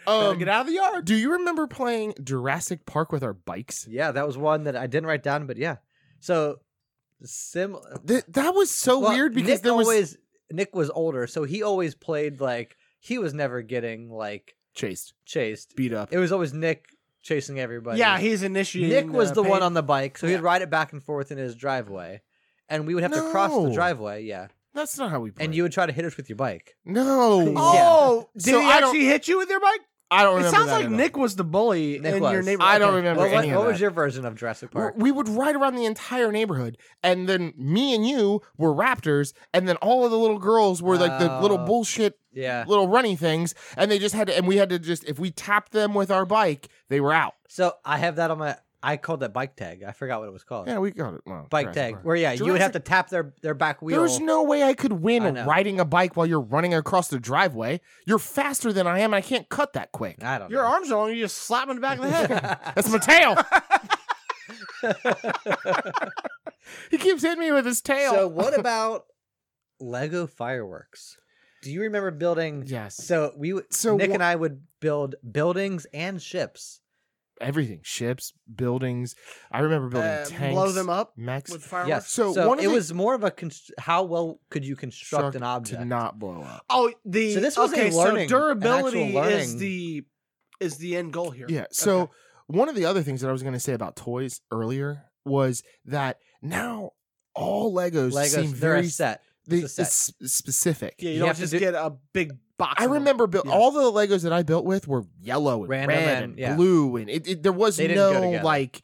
Gotta um, get out of the yard. do you remember playing Jurassic Park with our bikes? Yeah, that was one that I didn't write down, but yeah. So sim. Th- that was so well, weird because Nick there was always Nick was older, so he always played like he was never getting like chased, chased. beat up. It was always Nick chasing everybody. Yeah, he's initiating. Nick was uh, the one pain. on the bike, so Yeah. he'd ride it back and forth in his driveway, and we would have to cross the No. driveway. Yeah, That's not how we played. and you would try to hit us with your bike. No. Yeah. Oh, did So he I don't- actually hit you with your bike? I don't It remember. sounds that like at all. Nick was the bully Nick in your was. neighborhood. I don't remember Well, what any of what that. was your version of Jurassic We're- Park? We would ride around the entire neighborhood, and then me and you were raptors, and then all of the little girls were like the little Oh. bullshit Yeah. little runny things, and they just had to, and we had to just if we tapped them with our bike, they were out. So I have that on my. I called that bike tag. I forgot what it was called. Yeah, we got it. Well, bike Jurassic tag. Park. Where yeah, you would have to Jurassic- tap their their back wheel. There's no way I could I win know. riding a bike while you're running across the driveway. You're faster than I am, and I can't cut that quick. I don't. Your know. arms are long. You just slap him in the back of the head. That's my tail. he keeps hitting me with his tail. so what about Lego fireworks? Do you remember building? yes. So we would. So Nick wha- and I would build buildings and ships. everything ships, buildings. I remember building Uh, tanks. blow them up Max with fireworks. Yes. So So, one of it the- was more of a const- how well could you construct an object? to not blow up. Oh, the So this wasn't okay. learning, so an durability actual is learning. the is the end goal here. Yeah. So Okay. one of the other things that I was going to say about toys earlier was that now all Legos, seem Legos, they're a very set. they, it's a set. s- specific. yeah, you, you don't have to just do- get a big box. I of them. remember built Yeah. all the Legos that I built with were yellow and Random red and- and yeah. blue, and it, it- there was They didn't go no together. like,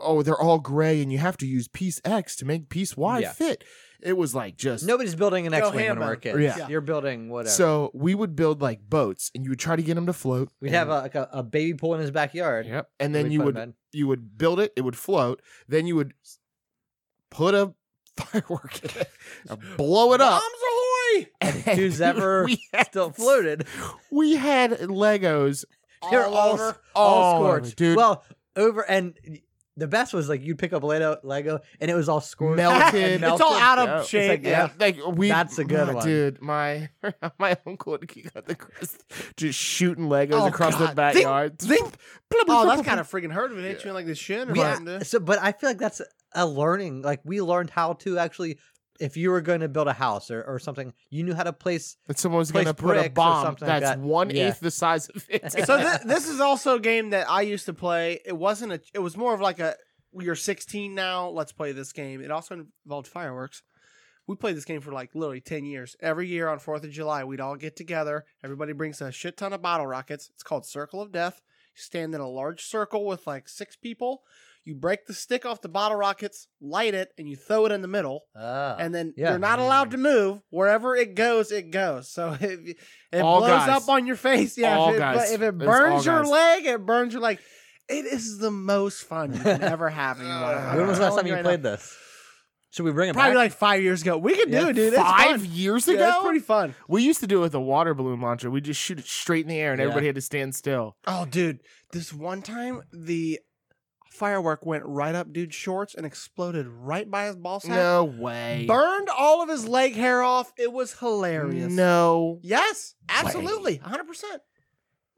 oh, they're all gray, and you have to use piece X to make piece Y Yeah. fit. It was like just Nobody's building an Go X-wing ham when we're on it. kids. Yeah. You're building whatever. So we would build like boats, and you would try to get them to float. We'd and- have a, like a, a baby pool in his backyard. yep, and that then we'd you put him would in. you would build it, it would float. Then you would put a firework, in it, uh, blow it up. Bombs ahoy! and Who's ever we had, still floated. We had Legos They're all, all over, s- all over, scorched. dude. Well, over and the best was like you'd pick up Lego, Lego and it was all scorched, Melted. and It's It's all melted. out of Yeah. It's shape. like, yeah. yeah. like we, That's a good my one. dude. My my uncle would kick out the crust, just shooting Legos Oh, across the God. backyard. Think- Oh, that's kind of freaking hurt of it. Hit you in like the shin or We- something. dude. So, but I feel like that's a learning. Like we learned how to actually, if you were going to build a house or, or something, you knew how to place. that someone's gonna Place put a bricks or bomb something like that's that. one eighth Yeah. the size of it. so th- this is also a game that I used to play. It wasn't a. It was more of like a. You're 16 now. Let's play this game. It also involved fireworks. We played this game for like literally 10 years. Every year on 4th of July, we'd all get together. Everybody brings a shit ton of bottle rockets. It's called Circle of Death. You stand in a large circle with like six people. You break the stick off the bottle rockets, light it, and you throw it in the middle. Uh, and then yeah. you're not allowed to move. Wherever it goes, it goes. So if it All blows guys. up on your face, yeah. All if, it, guys. if It's all it burns your guys. leg, it burns your leg. It is the most fun you can ever have in your life. when was the I'm last time telling you right played now. this? Should we bring it Probably back? like five years ago. We could do Yeah. it, dude. It's Five fun. years ago, Yeah, it's pretty fun. we used to do it with a water balloon launcher. We just shoot it straight in the air, and Yeah. everybody had to stand still. Oh, dude, this one time the firework went right up dude's shorts and exploded right by his ball sack. No way. Burned all of his leg hair off. It was hilarious. No. Yes, absolutely, hundred percent.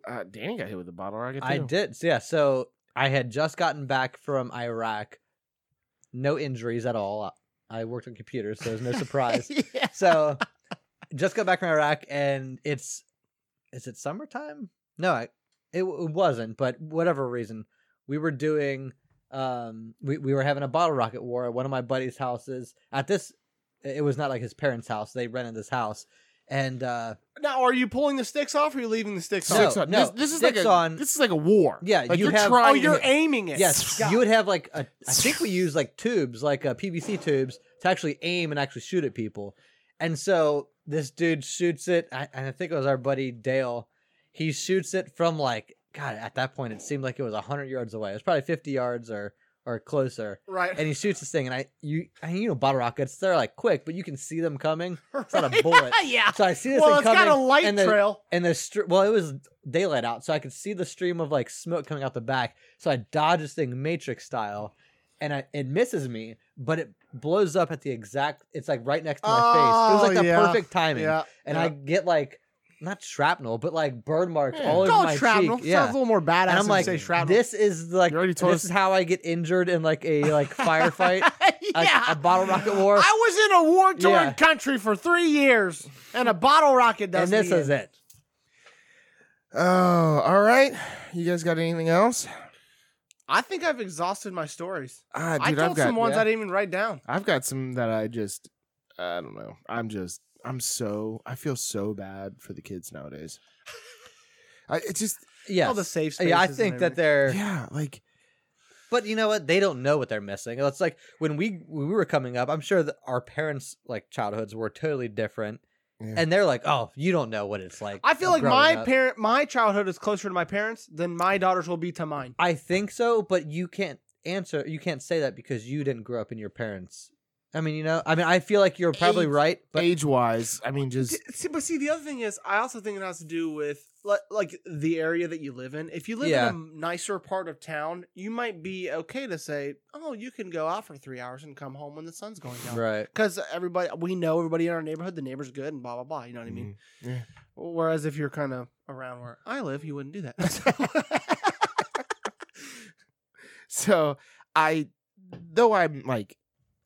Uh, Danny got hit with a bottle rocket. Too. I did. So, yeah. So I had just gotten back from Iraq, no injuries at all. I worked on computers, so there's no surprise. yeah. so just got back from Iraq, and it's is it summertime? No, I, it, w- it wasn't. But whatever reason, we were doing um we, we were having a bottle rocket war at one of my buddy's houses. At this, it was not like his parents' house. They rented this house, and uh Now, are you pulling the sticks off, or are you leaving the sticks No, off? Sticks on. no, this, this is like sticks a on- this is like a war. Yeah, like you are have- trying. Oh, you're to- aiming it. yes, Got you it. would have like a, I think we used like tubes, like uh, PVC tubes, to actually aim and actually shoot at people. And so this dude shoots it, I, and I think it was our buddy Dale. He shoots it from like God. At that point, it seemed like it was hundred yards away. It was probably fifty yards or or closer. right. And he shoots this thing, and I you I mean, you know bottle rockets they're like quick, but you can see them coming. it's not a bullet. yeah. So I see this Well, thing it's got coming, a light and the- trail. and the str- well, it was daylight out, so I could see the stream of like smoke coming out the back. So I dodge this thing Matrix style, and I it misses me, but it blows up at the exact. It's like right next to my face. It was Oh, like the yeah. perfect timing, Yeah. and yeah. I get like not shrapnel, but like burn marks Yeah. all over Call my it Hmm. shrapnel. cheek. Yeah. Sounds a little more badass. And I'm if like, you say shrapnel. this is like You already this told us- is how I get injured in like a like firefight, yeah. a, a bottle rocket war, I was in a war torn Yeah. country for three years, and a bottle rocket does. and this is it. Oh, all right. You guys got anything else? I think I've exhausted my stories. Ah, I dude, told I've got some ones yeah. I didn't even write down. I've got some that I just I don't know. I'm just I'm so I feel so bad for the kids nowadays. I it's just Yes. All the safe spaces. yeah, I and think that everything. they're yeah, like But you know what? They don't know what they're missing. It's like when we when we were coming up. I'm sure that our parents' like childhoods were totally different, Yeah. and they're like, "Oh, you don't know what it's like." uh, I feel like growing my up." parent, my childhood is closer to my parents than my daughters will be to mine. I think so, but you can't answer. You can't say that because you didn't grow up in your parents. I mean, you know. I mean, I feel like you're probably Age- right, but age wise, I mean just See- See, but see, the other thing is, I also think it has to do with like, like the area that you live in. If you live Yeah. in a nicer part of town, you might be okay to say, "Oh, you can go out for three hours and come home when the sun's going down," right. because everybody we know everybody in our neighborhood. The neighbor's good and blah blah blah. You know what I mean? mm-hmm. Whereas if you're kind of around where I live, you wouldn't do that. So I, though I'm like,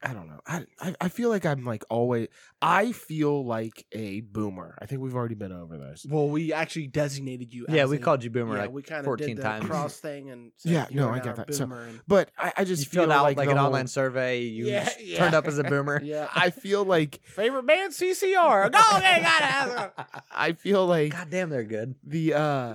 I don't know. I I- I feel like I'm like always. I feel like a boomer. I think we've already been over this. Well, we actually designated you. Yeah, as we a- called you boomer yeah, like we kinda 14 did the times. cross thing and said Yeah, you no, are I now get a that. So- boomer and- But I, I just you feel filled out like, like the an whole- online survey. You Yeah, just yeah. turned up as a boomer. yeah, I feel like favorite band CCR. Go, they gotta have it. I feel like God damn, they're good. the uh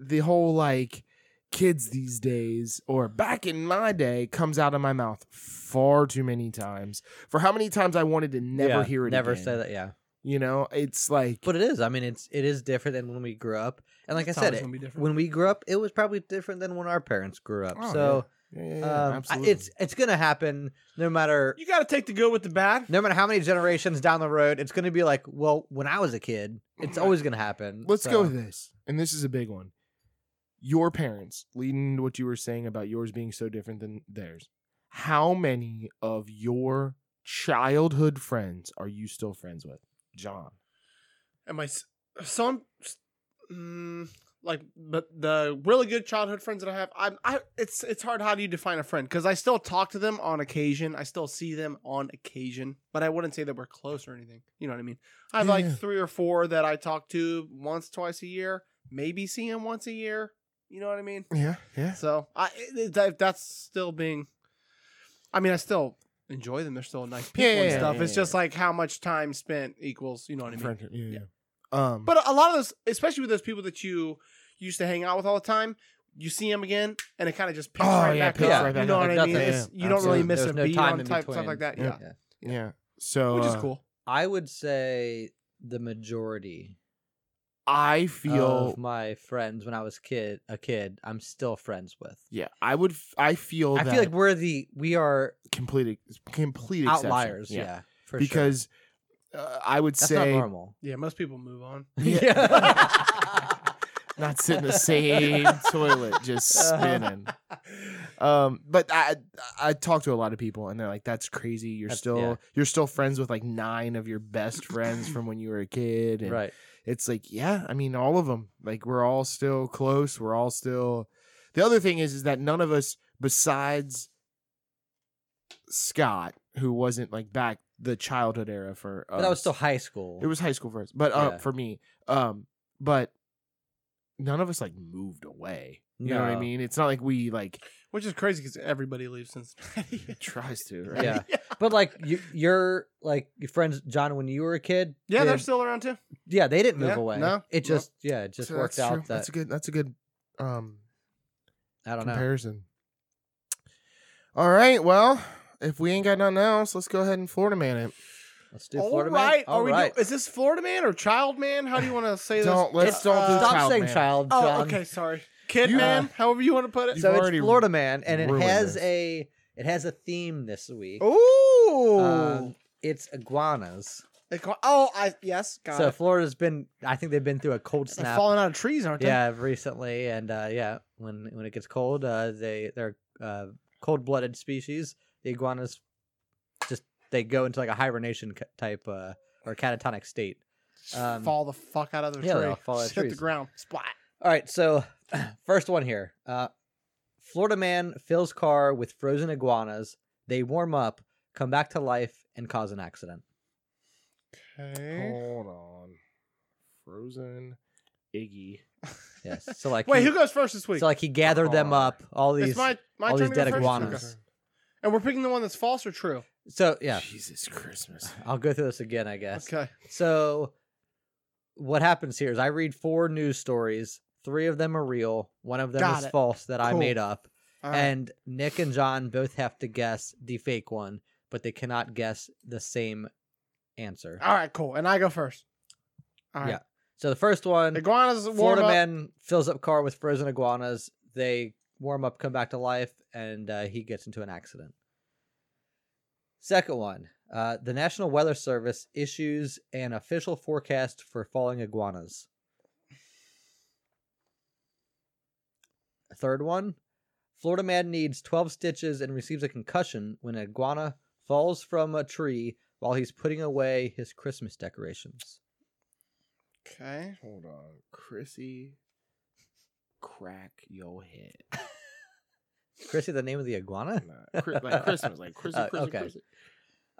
the whole like kids these days or back in my day comes out of my mouth far too many times for how many times I wanted to never Yeah, hear it. Never again. say that. Yeah, You know, it's like but it is. I mean, it's it is different than when we grew up. And like It's I said, always it- gonna be different. when we grew up, it was probably different than when our parents grew up. Oh, so yeah, yeah, yeah, um, I- absolutely. it's it's gonna happen no matter you gotta take the good with the bad. no matter how many generations down the road. It's gonna be like, well, when I was a kid, it's always gonna happen. Let's so. go with this, and this is a big one. Your parents, leading into what you were saying about yours being so different than theirs. How many of your childhood friends are you still friends with, John? And my s- some, mm, like, but the really good childhood friends that I have, I'm, I it's it's hard. How do you define a friend? Because I still talk to them on occasion. I still see them on occasion, but I wouldn't say that we're close or anything. You know what I mean? I have Yeah, like yeah. three or four that I talk to once, twice a year. Maybe see him once a year. You know what I mean? Yeah, yeah. So I it- it- that, that's still being. I mean, I still enjoy them. They're still nice people Yeah, and yeah, stuff. yeah, it's yeah, just like how much time spent equals. You know what I mean? Friendship, yeah, yeah. Yeah. Um, But a lot of those, especially with those people that you used to hang out with all the time, you see them again, and it kind of just picks Oh, right yeah, back picks up. right you back know up. what I Nothing. mean? It's, Yeah, you don't really absolutely. miss There's a no beat time on in type stuff between. like that. Yeah, Yeah. yeah. So which is uh, cool. I would say the majority I feel of my friends when I was kid a kid, I'm still friends with. yeah. I would. f- I feel. I that feel like we're the we are complete complete exception. outliers. Yeah, for sure. because uh, I would that's say not not, normal. Yeah, most people move on. Yeah. sit in the same toilet just spinning. Um, but I I talk to a lot of people and they're like, "That's crazy. You're That's- still yeah. you're still friends with like nine of your best friends from when you were a kid." And right. it's like yeah i mean all of them like we're all still close we're all still the other thing is is that none of us besides scott who wasn't like back the childhood era for us, But that was still high school. it was high school for us but uh, Yeah. for me um but none of us like moved away you know what i No. mean it's not like we like Which is crazy because everybody leaves Cincinnati. tries to right Yeah. But like you, you're like your friends, John, when you were a kid. Yeah, they they're didn't- still around too. yeah, they didn't move Yeah, away. no, it no. just yeah, it just So worked that's out true. that's a that good that's a good um I don't know. comparison. All right, well, if we ain't got nothing else, let's go ahead and Florida man it. Let's do All Florida right, man. All are we right. do- is this Florida man or child man? How do you want to say Don't this? let's don't do Uh, Stop child saying man. child, Oh, John. okay, sorry. Kid You- man, however you want to put it. You've So already it's Florida man, and it ruined has this. a it has a theme this week. Ooh. Um, it's iguanas. They call- oh, I yes, got so it. Florida's been, I think they've been through a cold They're snap. falling out of trees, aren't they? yeah, recently, and uh, yeah, when when it gets cold, uh, they they're uh, cold blooded species. The iguanas just they go into like a hibernation c- type uh, or catatonic state. Just um, fall the fuck out of the yeah, tree. they'll fall out of Just hit the trees. ground. Splat. All right, so first one here. Uh, Florida man fills car with frozen iguanas. They warm up, come back to life, and cause an accident. Okay. Hold on. Frozen Iggy. Yes. So like Wait, he, who goes first this week? So like he gathered them Car. up. All it's these. my my all turn these to go dead first? iguanas. Okay. And we're picking the one that's false or true. So yeah, Jesus Christmas. I'll go through this again, I guess. Okay. So, what happens here is I read four news stories. Three of them are real. One of them Got is it. false that I Cool. made up. All right. And Nick and John both have to guess the fake one, but they cannot guess the same answer. All right, cool. And I go first. All right. So the first one, Iguanas warm Florida up. man fills up car with frozen iguanas. They warm up, come back to life, and uh, he gets into an accident. Second one, uh, the National Weather Service issues an official forecast for falling iguanas. Third one, Florida man needs 12 stitches and receives a concussion when an iguana falls from a tree while he's putting away his Christmas decorations. Okay. Hold on. Chrissy crack your head. Chrissy the name of the iguana? Uh, Chri- like Christmas, like Chrissy, Uh, Chrissy, okay. Chrissy.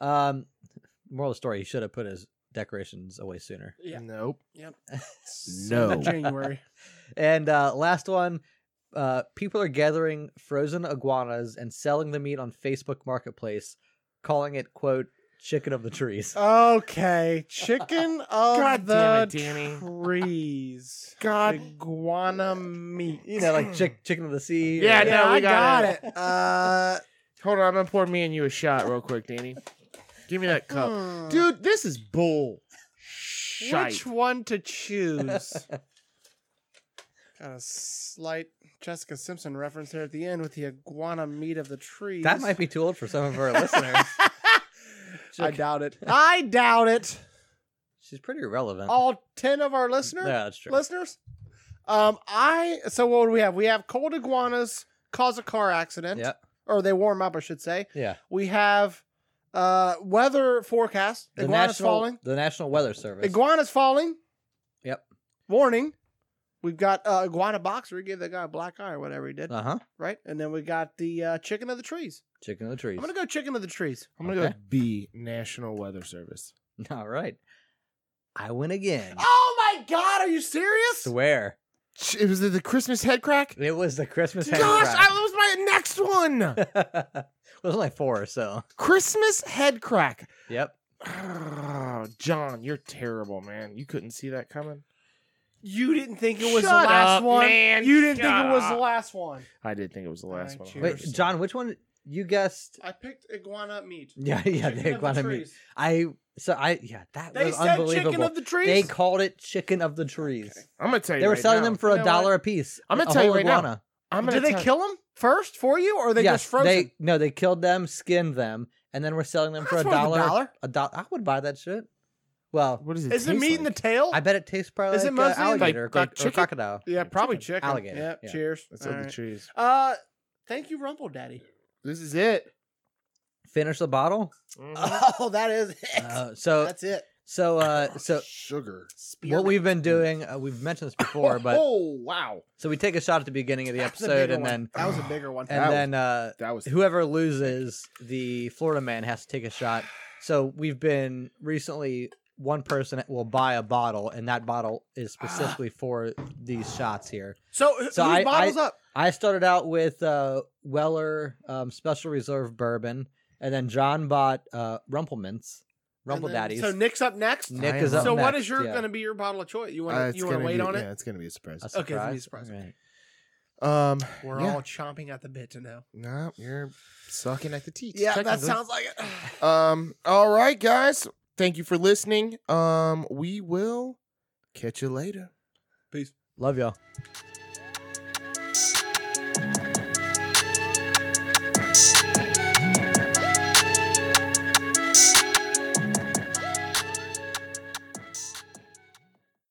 Um, moral of the story: He should have put his decorations away sooner. Yeah. Nope. Yep. No. January. And uh, last one: uh, people are gathering frozen iguanas and selling the meat on Facebook Marketplace, calling it "quote chicken of the Uh, trees." Okay, chicken of God the damn it, Danny. trees. God. Iguana meat. you know, like chick- chicken of the sea. Yeah, or- no, we I got got, it. Uh, Hold on, I'm gonna pour me and you a shot real quick, Danny. Give me that cup, hmm. dude. This is bull. Which Shite. one to choose? got a slight Jessica Simpson reference there at the end with the iguana meat of the trees. that might be too old for some of our listeners. I Chick- doubt it. I doubt it. She's pretty irrelevant. All ten of our yeah, listeners. that's true. listeners. Um, I so what do we have? We have cold iguanas cause a car accident, Yeah, or they warm up, I should say. yeah. We have uh weather forecast. The iguanas national, falling. the National Weather Service. Iguanas falling. Yep. Warning. We've got uh, iguana boxer. He gave that guy a black eye or whatever he did, uh huh. right? And then we got the uh, chicken of the trees. Chicken of the trees. I'm gonna go chicken of the trees. I'm gonna Okay. go B. National Weather Service. All right. I win again. Oh my god, are you serious? Swear. Ch- It was the, the Christmas head crack. It was the Christmas Gosh, head I, that was my next one. crack. it was only four, so. Christmas head crack. Yep. Oh, John, you're terrible, man. You couldn't see that coming. You didn't think it was Shut the last up, one. man. You didn't Shut think it was the up. last one. I did think it was the last Alright, one. cheers. Wait, John, which one you guessed? I picked iguana meat. Yeah, yeah, Chicken they of the iguana meat. trees. I so I yeah, that They was said chicken unbelievable. of the trees. They called it chicken of the trees. Okay. I'm gonna tell you. They were right selling now. them for a You know dollar a piece. I'm gonna a tell you whole right now, iguana. I'm gonna Did they tell- kill them first for you, or they yes, just frozen? They no, they killed them, skinned them, and then were selling them for a That's worth a dollar. dollar. A dollar. I would buy that shit. Well, What is it? Is the taste meat in the like? tail? I bet it tastes probably Is it like uh, mostly like- alligator or, like or chicken? crocodile. yeah, probably chicken. Alligator, Yep, yeah. Cheers. That's what All the right. trees. Uh, thank you, Rumple Daddy. This is it. Uh, Finish the bottle. Mm-hmm. Oh, that is it. Uh, so That's it. so uh so sugar. what we've been doing uh, we've mentioned this before but oh wow, so we take a shot at the beginning of the That's a episode bigger and one. then that was a bigger one. and That was- then uh that was whoever loses the florida man has to take a shot so we've been recently one person will buy a bottle and that bottle is Ah. specifically for these shots here so, who- So whose I- bottles up? i started out with uh weller um special reserve bourbon and then john bought uh rumplemans And rumple then- daddies So Nick's up next. nick I is am up so what next, is your yeah. going to be your bottle of choice? You want Uh, to it's you want to gonna wait be- on Yeah, it? it's gonna be a surprise. A Okay, it's gonna be a surprise. All right. Um, We're yeah. all chomping at the bit to know. no, you're sucking at the teeth. Yeah, that technically. sounds like it. Um, all right, guys. Thank you for listening. Um, we will catch you later. Peace. love y'all